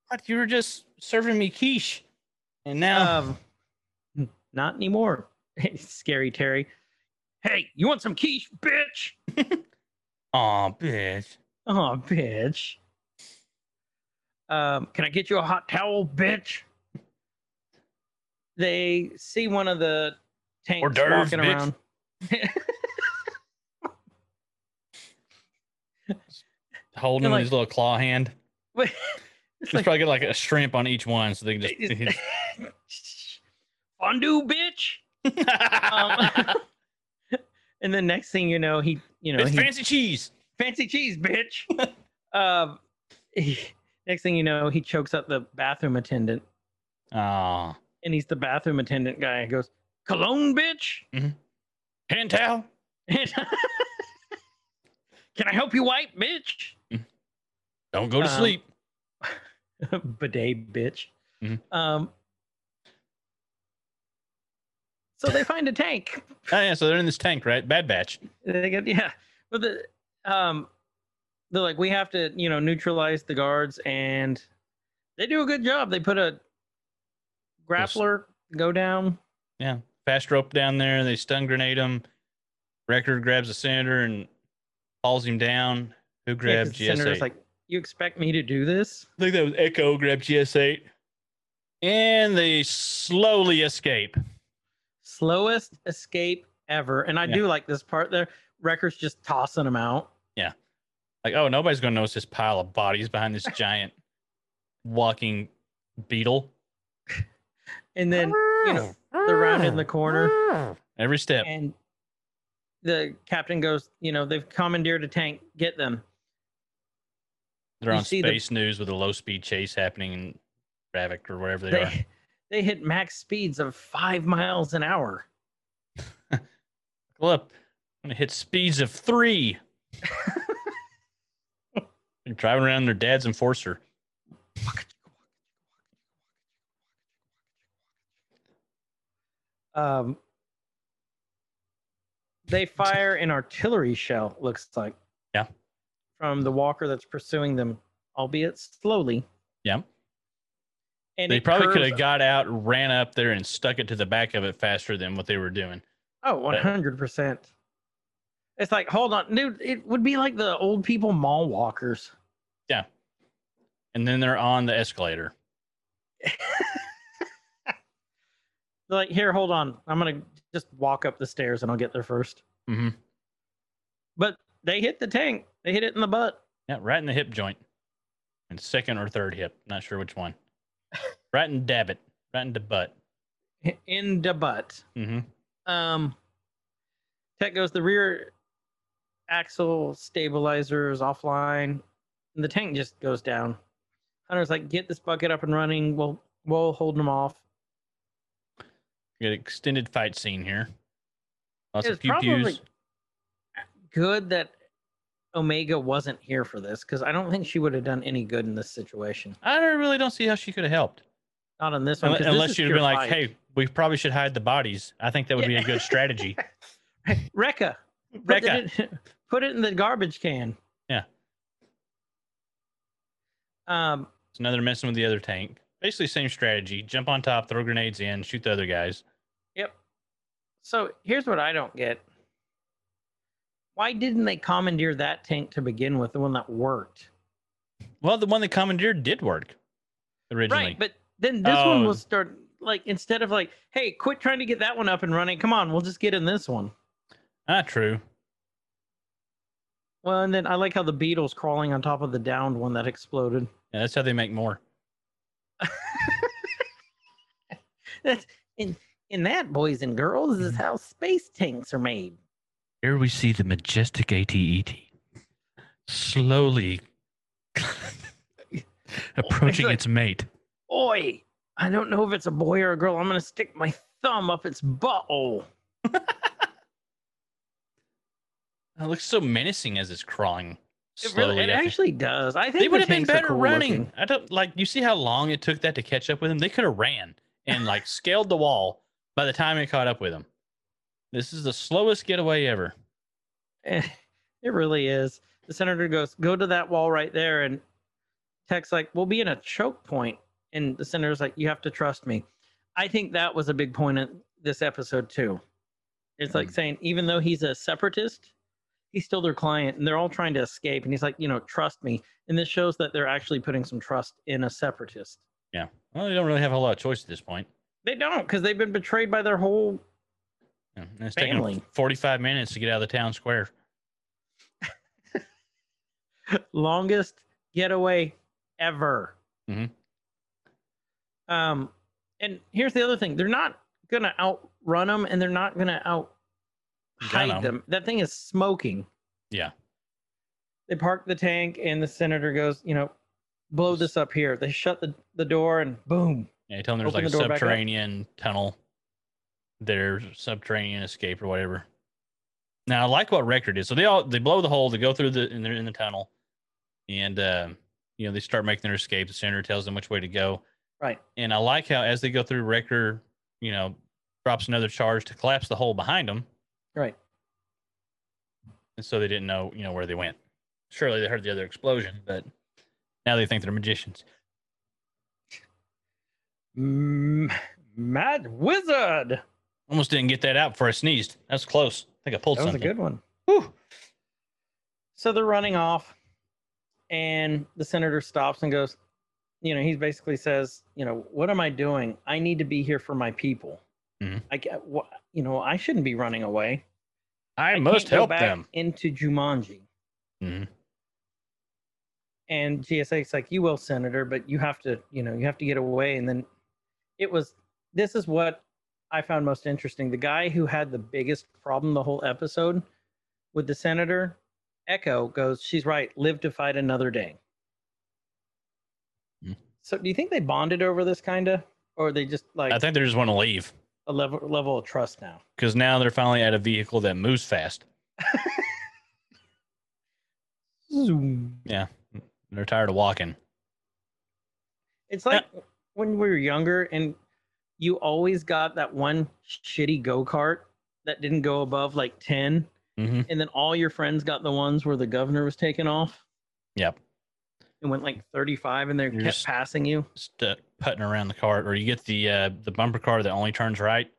What? You were just serving me quiche. And now,
um not anymore scary terry hey you want some quiche bitch
oh, bitch.
Oh, bitch. Um, can I get you a hot towel, bitch? They see one of the tanks
Hors d'oeuvres,
walking
bitch.
around.
Holding
They're
his little claw hand.
It's
He's
like,
probably got like a shrimp on each one, so they can just.
fondue, bitch. Um, and the next thing you know, he, you know,
it's
he,
fancy cheese.
fancy cheese, bitch. um, he- next thing you know, he chokes up the bathroom attendant,
Ah,
and he's the bathroom attendant guy. He goes, cologne, bitch.
hand towel.
Can I help you wipe, bitch?
Don't go to
Um,
sleep.
Bidet, bitch.
Mhm.
Um, so they find a tank.
Oh, yeah, so they're in this tank, right? Bad batch.
They get yeah, but the um, they're like we have to you know neutralize the guards, and they do a good job. They put a grappler go down.
fast rope down there. They stun grenade him. Record grabs the senator and hauls him down. Who
Yeah, 'cause
grabbed
the
GS8?
senator's like, you expect me to do this?
I think that was Echo grabbed GS8. And they slowly escape.
slowest escape ever. And I
Yeah.
do like this part there. Records just tossing them out.
Like, oh, nobody's going to notice this pile of bodies behind this giant walking beetle.
And then you know, they're round in the corner
Every step.
and the captain goes, you know, they've commandeered a tank, get them.
They're
you
on
see the-
space news with a low speed chase happening in Ravik or wherever they, are.
They they hit max speeds of five miles an hour.
Look, I'm gonna hit speeds of three. They're driving around in their dad's enforcer.
Um they fire an artillery shell, looks like.
Yeah.
From the walker that's pursuing them, albeit slowly.
Yeah.
And
they
it
probably could
curves
have got out, ran up there, and stuck it to the back of it faster than what they were doing.
Oh, 100%. It's like, hold on, dude. It would be like the old people mall walkers.
and then they're on the escalator.
They're like, here, hold on. I'm gonna just walk up the stairs and I'll get there first.
Mm-hmm.
But they hit the tank. They hit it in the butt.
Yeah, right in the hip joint, and second or third hip. Not sure which one. right in dab it. Right in the butt.
In the butt.
Mm-hmm.
Um, tech goes the rear axle stabilizer is offline, and the tank just goes down. Hunter's like, "Get this bucket up and running. We'll we'll hold them off."
Got an extended fight scene here. Lots of
It's
pew pews.
probably- Good that Omega wasn't here for this because I don't think she would have done any good in this situation.
I don't, really don't see how she could have helped.
Not on this one,
Unle-
'cause this
Unless
is
you'd have
pure
been like,
fight.
hey, we probably should hide the bodies. I think that would be a good strategy.
Rekka, put it,
Rekka.
in- put it in the garbage can."
Yeah.
Um,
It's another messing with the other tank. Basically, same strategy. Jump on top, throw grenades in, shoot the other guys.
So here's what I don't get. Why didn't they commandeer that tank to begin with, the one that worked?
Well, the one that commandeered did work originally.
Right, but then this one
Oh.
will start like instead of like, hey, quit trying to get that one up and running. Come on, we'll just get in this one.
Not Ah, true.
Well, and then I like how the beetle's crawling on top of the downed one that exploded.
Yeah, that's how they make more.
That's and and that, boys and girls, is
Mm-hmm.
how space tanks are made.
Here we see the majestic ATET slowly
approaching like- its
mate.
Oi, I don't know if it's a boy or a girl. I'm gonna stick my thumb up its butthole.
It looks so menacing as it's crawling.
It
Slowly,
really, it
I think.
actually does. I think
they
the
would have been
tanks are
better
cool
running.
looking.
I don't like. You see how long it took that to catch up with them. They could have ran and like scaled the wall by the time it caught up with them. This is the slowest getaway ever.
Eh, It really is. The senator goes, go to that wall right there. And Tech's like, we'll be in a choke point. And the senator's like, you have to trust me. I think that was a big point in this episode, too. It's like
Mm.
saying, even though he's a separatist, he's still their client and they're all trying to escape. And he's like, you know, trust me. And this shows that they're actually putting some trust in a separatist.
Well, they don't really have a whole lot of choice at this point.
They don't because they've been betrayed by their whole.
Yeah, and it's taking
Family.
45 minutes to get out of the town square.
longest getaway ever.
Mhm.
Um, and here's the other thing: they're not gonna outrun them, and they're not gonna out hide
Gun 'em.
them. That thing is smoking.
Yeah.
They park the tank, and the senator goes, you know, blow this up here. They shut the, the door, and boom.
Yeah, you tell them there's
Open
like a
the door back up.
subterranean tunnel, there's subterranean escape or whatever. Now, I like what record is. So they all they blow the hole, they go through the and they're in the tunnel, and uh, you know they start making their escape. The senator tells them which way to go,
Right.
and I like how as they go through, Wrecker, you know, drops another charge to collapse the hole behind them,
Right.
and so they didn't know you know where they went. Surely they heard the other explosion, but now they think they're magicians.
Mm, mad wizard.
Almost didn't get that out before I sneezed. That's close. I think I pulled
That was a
something.
good one.
Whew.
So they're running off, and the senator stops and goes, you know, he basically says, you know, what am I doing? I need to be here for my people.
Mhm.
I ca- wha- you know, I shouldn't be running away.
I,
I
must
can't go
help
back
them.
into Jumanji.
Mhm.
And GSA's like, you will, senator, but you have to, you know, you have to get away. And then it was this is what I found most interesting. The guy who had the biggest problem the whole episode with the senator, Echo, goes, She's right, live to fight another day.
Hmm.
So do you think they bonded over this kind of? Or they just like
I think they just want to leave
a level level of trust now?
because now they're finally at a vehicle that moves fast.
Zoom.
They're tired of walking.
It's like when we were younger and you always got that one shitty go kart that didn't go above like 10.
Mm-hmm.
And then all your friends got the ones where the governor was taken off.
Yep.
And went like 35 and they
You're
kept
just-
passing you.
Stuck putting around the cart, or you get the uh, the bumper car that only turns right.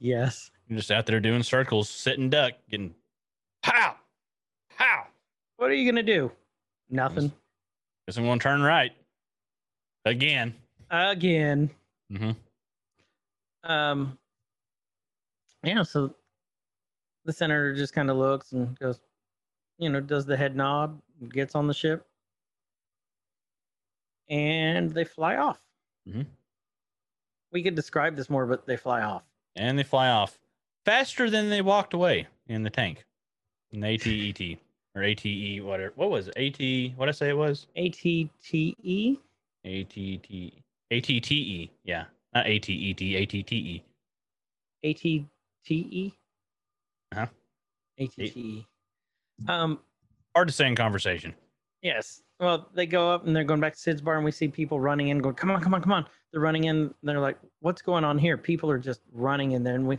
Yes.
You're just out there doing circles, sitting duck, getting how, how.
What are you gonna do? Nothing
Guess I'm going to turn right again.
again.
Mm-hmm.
Um. Yeah. So the senator just kind of looks and goes, you know, does the head nod, gets on the ship, and they fly off.
Mhm.
We could describe this more, but they fly off.
And they fly off faster than they walked away in the tank. In the ATET E or ATE, whatever. What was it? AT, what I say it was?
A T T E.
ATT, ATTE. E. Yeah. Not E ATET, ATTE.
A T T E.
Uh-huh.
A T T E. Um.
Hard to say in conversation.
Yes. Well, they go up and they're going back to Sid's bar, and we see people running in, going, "Come on, come on, come on!" They're running in. They're like, "What's going on here?" People are just running in there, and we,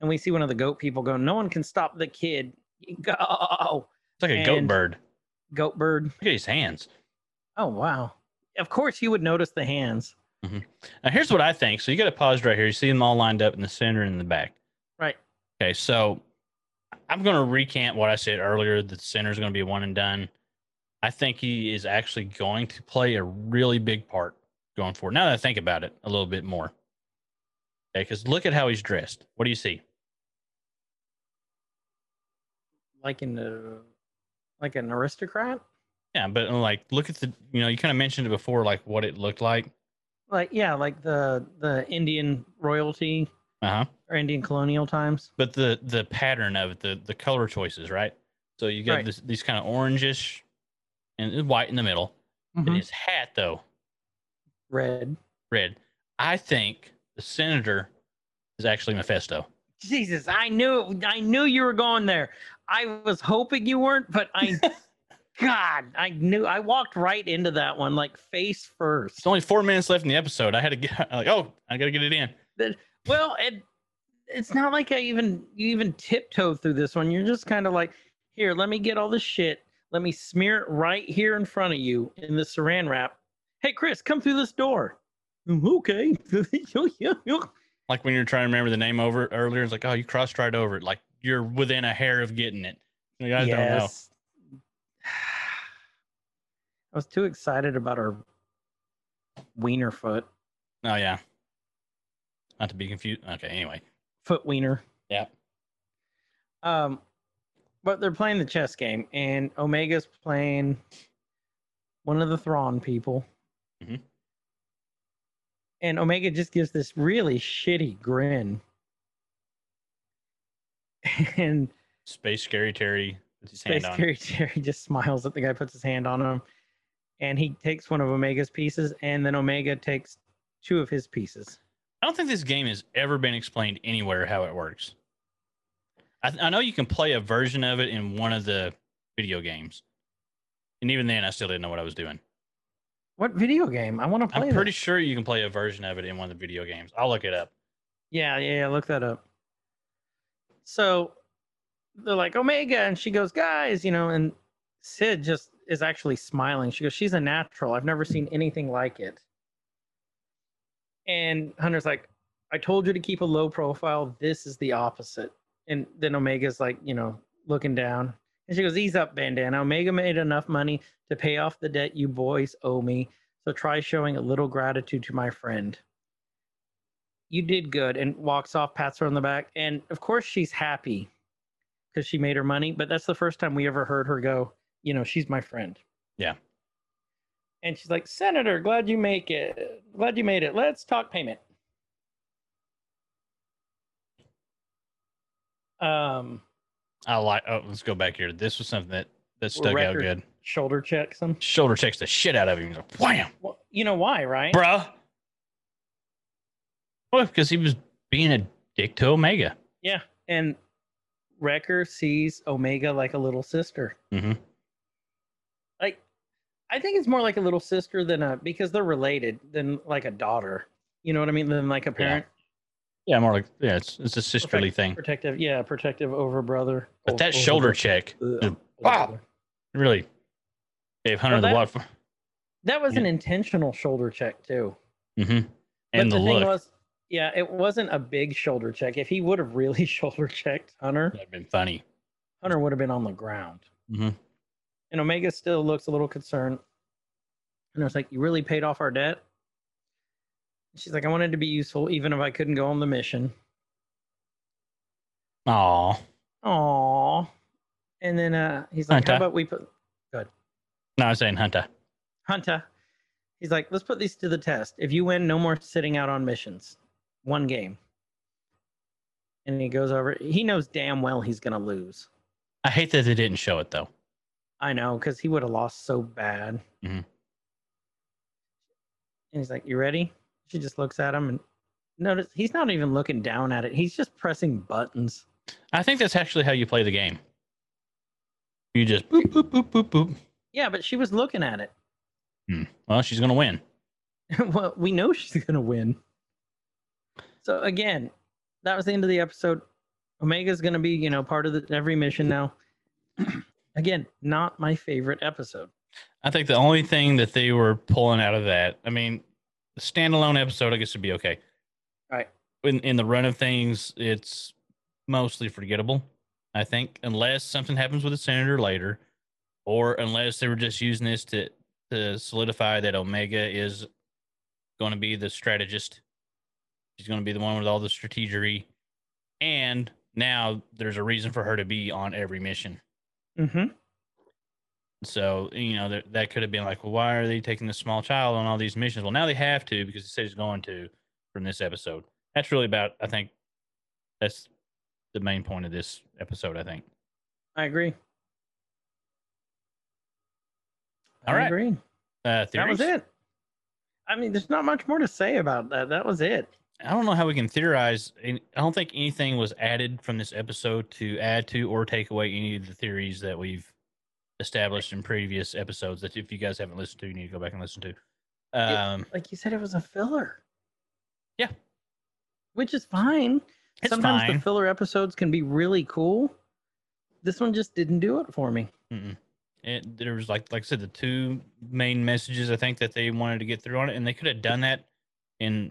and we see one of the goat people going, "No one can stop the kid." Go,
It's like a goat
And-
bird.
goat bird.
Look at his hands.
Oh wow! Of course, you would notice the hands.
Now, here's what I think. So you got to pause right here. You see them all lined up in the center and in the back.
Right.
Okay. So I'm going to recant what I said earlier. The center is going to be one and done. I think he is actually going to play a really big part going forward. Now that I think about it a little bit more. Okay. Because look at how he's dressed. What do you see?
Like in the, like an aristocrat.
Yeah. But uh, like, look at the, you know, you kind of mentioned it before, like what it looked like.
Like yeah, like the the Indian royalty
Uh huh.
or Indian colonial times.
but the the pattern of it, the the color choices, right? So you got
Right.
this, these kind of orangish and it's white in the middle, and
Mhm.
his hat though
Red.
red. I think the senator is actually Mephisto.
Jesus, I knew I knew you were going there. I was hoping you weren't, but I God, I knew I walked right into that one like face first.
It's only four minutes left in the episode. I had to get like, oh, I gotta get it in.
Well, it it's not like I even you even tiptoed through this one. You're just kind of like, here, let me get all this shit. Let me smear it right here in front of you in the saran wrap. Hey Chris, come through this door. "Mm, Okay.
Like when you're trying to remember the name over earlier, it's like, oh, you crossed right over it. Like you're within a hair of getting it. You guys don't know.
I was too excited about our wiener foot,
Oh yeah. Not to be confused. Okay, anyway.
foot wiener.
Yep.
Um, but they're playing the chess game, and Omega's playing one of the Thrawn people.
Mhm.
And Omega just gives this really shitty grin. And
Space Scary Terry with his
Space
hand on it.
Terry Terry just smiles at the guy, puts his hand on him, and he takes one of Omega's pieces, and then Omega takes two of his pieces.
I don't think this game has ever been explained anywhere how it works. I, th- I know you can play a version of it in one of the video games, and even then, I still didn't know what I was doing.
What video game? I want to play.
I'm pretty
that.
sure you can play a version of it in one of the video games. I'll look it up.
Yeah, yeah, yeah. Look that up. So they're like Omega, and she goes, guys, you know, and Sid just is actually smiling. She goes, she's a natural. I've never seen anything like it. And Hunter's like, I told you to keep a low profile. This is the opposite. And then Omega's like, you know, looking down. And she goes, Ease up, Bandana. Omega made enough money to pay off the debt you boys owe me. So try showing a little gratitude to my friend. You did good. And walks off, pats her on the back. And of course, she's happy because she made her money. But that's the first time we ever heard her go, you know, she's my friend.
Yeah.
And she's like, Senator, glad you make it. Glad you made it. Let's talk payment. Um,
I like. Oh, let's go back here. This was something that that
Well,
stuck out
record-
good.
shoulder check some.
Shoulder checks the shit out of him. He's like, wham,
Well, you know why, right?
bruh. Well, because he was being a dick to Omega.
And Wrecker sees Omega like a little sister.
Mhm.
Like, I think it's more like a little sister than a because they're related than like a daughter. You know what I mean? Than like a parent
Yeah, more like yeah, it's it's a sisterly thing.
protective, yeah, protective over brother.
But
o-
that
over
shoulder
bro-
check
Ugh,
the-
over
Wow.
brother.
really gave Hunter
Well,
the
that-
what for.
That was
Yeah.
an intentional shoulder check too.
Mm-hmm.
But
And the,
the, thing
look.
was, Yeah, it wasn't a big shoulder check. If he would have really shoulder checked Hunter,
That'd been funny.
Hunter would have been on the ground.
Mhm.
And Omega still looks a little concerned. And I was like, You really paid off our debt? She's like, I wanted to be useful even if I couldn't go on the mission.
Aw.
Aww. And then uh, he's like, How
Hunter.
about we put
No, I was saying Hunter.
Hunter? He's like, Let's put these to the test. If you win, no more sitting out on missions. One game. And he goes over. He knows damn well he's going to lose.
I hate that they didn't show it though.
I know, because he would have lost so bad. And
Mhm.
he's like, You ready? She just looks at him and notice he's not even looking down at it. He's just pressing buttons.
I think that's actually how you play the game. You just boop boop boop boop boop.
Yeah, but she was looking at it.
Well, she's gonna win.
well, we know she's going to win. So, again, that was the end of the episode. Omega's going to be, you know, part of the, every mission now. again, not my favorite episode.
I think the only thing that they were pulling out of that, I mean, the standalone episode, I guess would be okay.
Right.
In in the run of things, it's mostly forgettable, I think, unless something happens with the senator later, or unless they were just using this to to solidify that Omega is going to be the strategist. She's going to be the one with all the strategery, and now there's a reason for her to be on every mission. Mm-hmm.
hmm
So you know that that could have been like, well, why are they taking this small child on all these missions? Well, now they have to because it says he's going to from this episode. That's really about. I think that's the main point of this episode. I think.
I agree.
All
I
right.
agree.
Uh,
That was
theories?
it. I mean, there's not much more to say about that. That was it.
I don't know how we can theorize. and I don't think anything was added from this episode to add to or take away any of the theories that we've established in previous episodes. That if you guys haven't listened to, you need to go back and listen to.
Yeah.
Um,
Like you said, it was a filler.
Yeah.
Which is fine.
it's
Sometimes
fine.
the filler episodes can be really cool. This one just didn't do it for me.
it, there was like like I said, the two main messages I think that they wanted to get through on it, and they could have done that in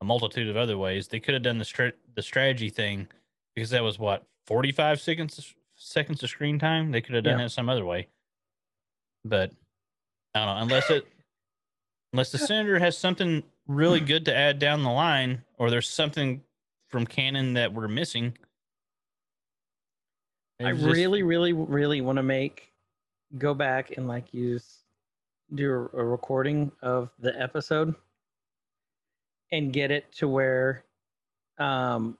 a multitude of other ways. They could have done the strat the strategy thing because that was what forty five seconds seconds of screen time. They could have done
Yeah.
that some other way, but I don't know unless it unless the senator has something really good to add down the line, or there's something from canon that we're missing.
I
It was just-
really, really, really want to make go back and like use do a, a recording of the episode and get it to where um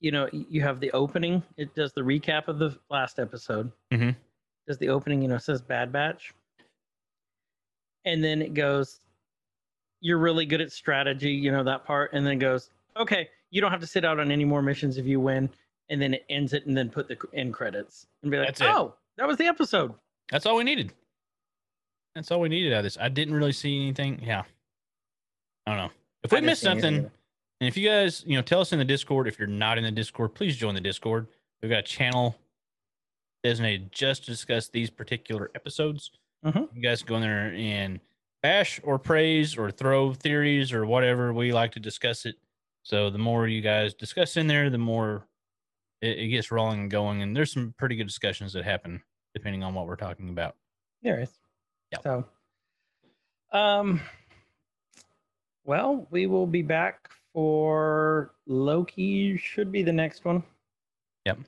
you know y- you have the opening it does the recap of the last episode
Mhm.
does the opening you know says bad batch and then it goes you're really good at strategy you know that part and then it goes okay you don't have to sit out on any more missions if you win and then it ends it and then put the c- end credits and be like
That's it.
oh that was the episode
That's all we needed. That's all we needed out of this. I didn't really see anything. Yeah. I don't know. If we
I didn't
missed
see anything
something,
either.
and if you guys, you know, tell us in the Discord. If you're not in the Discord, please join the Discord. We've got a channel designated just to discuss these particular episodes.
Mhm.
You guys can go in there and bash or praise or throw theories or whatever. We like to discuss it. So the more you guys discuss in there, the more it, it gets rolling and going. And there's some pretty good discussions that happen depending on what we're talking about.
There is.
Yep.
So, um, well, we will be back for Loki. Should be the next one.
Yep.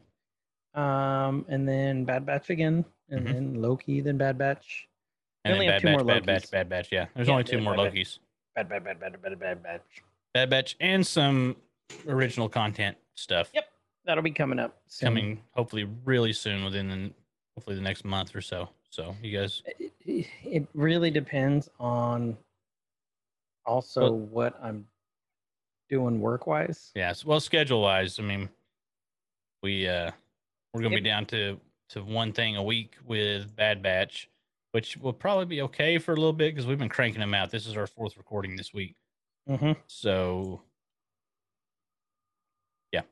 Um, and then Bad Batch again, and
Mhm.
then Loki, then Bad Batch.
And
We only
then
have
Bad
two
Batch,
more
Bad
Lokis.
Batch, Bad Batch. Yeah, there's
Yeah,
only two
yeah,
more
Bad Batch.
Lokis.
Bad Bad Bad Bad Bad Bad Batch.
Bad Batch and some original content stuff
Yep, That'll be coming up. Soon.
coming hopefully really soon within the, hopefully the next month or so. So you guys,
It- It, it really depends on also
Well-
what I'm doing work wise.
yeah. s- Well, schedule wise, I mean, we uh we're gonna
It-
be down to to one thing a week with Bad Batch, which will probably be okay for a little bit because we've been cranking them out. This is our fourth recording this week,
Mm-hmm.
so yeah,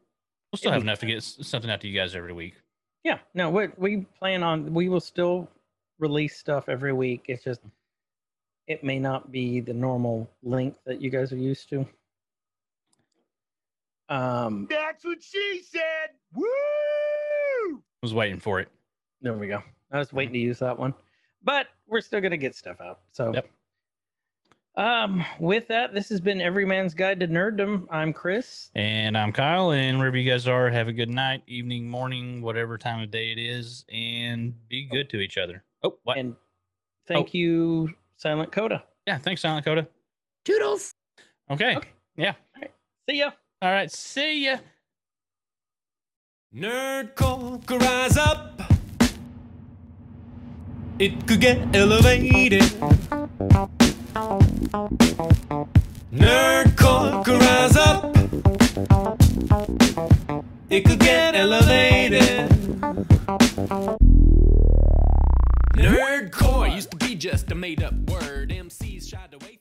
we'll still
It'll
have
be
enough to get s- something out to you guys every week.
Yeah, no, we we plan on we will still release stuff every week. It's just it may not be the normal length that you guys are used to. Um,
That's what she said. Woo!
was waiting for it.
there we go. I was waiting to use that one, but we're still gonna get stuff out. So,
Yep.
um, with that, this has been Every Man's Guide to Nerddom. I'm Chris.
And I'm Kyle, and wherever you guys are, have a good night, evening, morning, whatever time of day it is, and be good to each other. Oh, what? Oh.
And thank you, Silent Coda.
yeah, thanks, Silent Coda.
Toodles.
Okay.
Okay.
Yeah.
See ya.
All right. See ya.
Nerdcore could rise up. It could get elevated. Nerdcore could rise up. It could get elevated. Nerdcore used to be just a made up word. MCs shied away.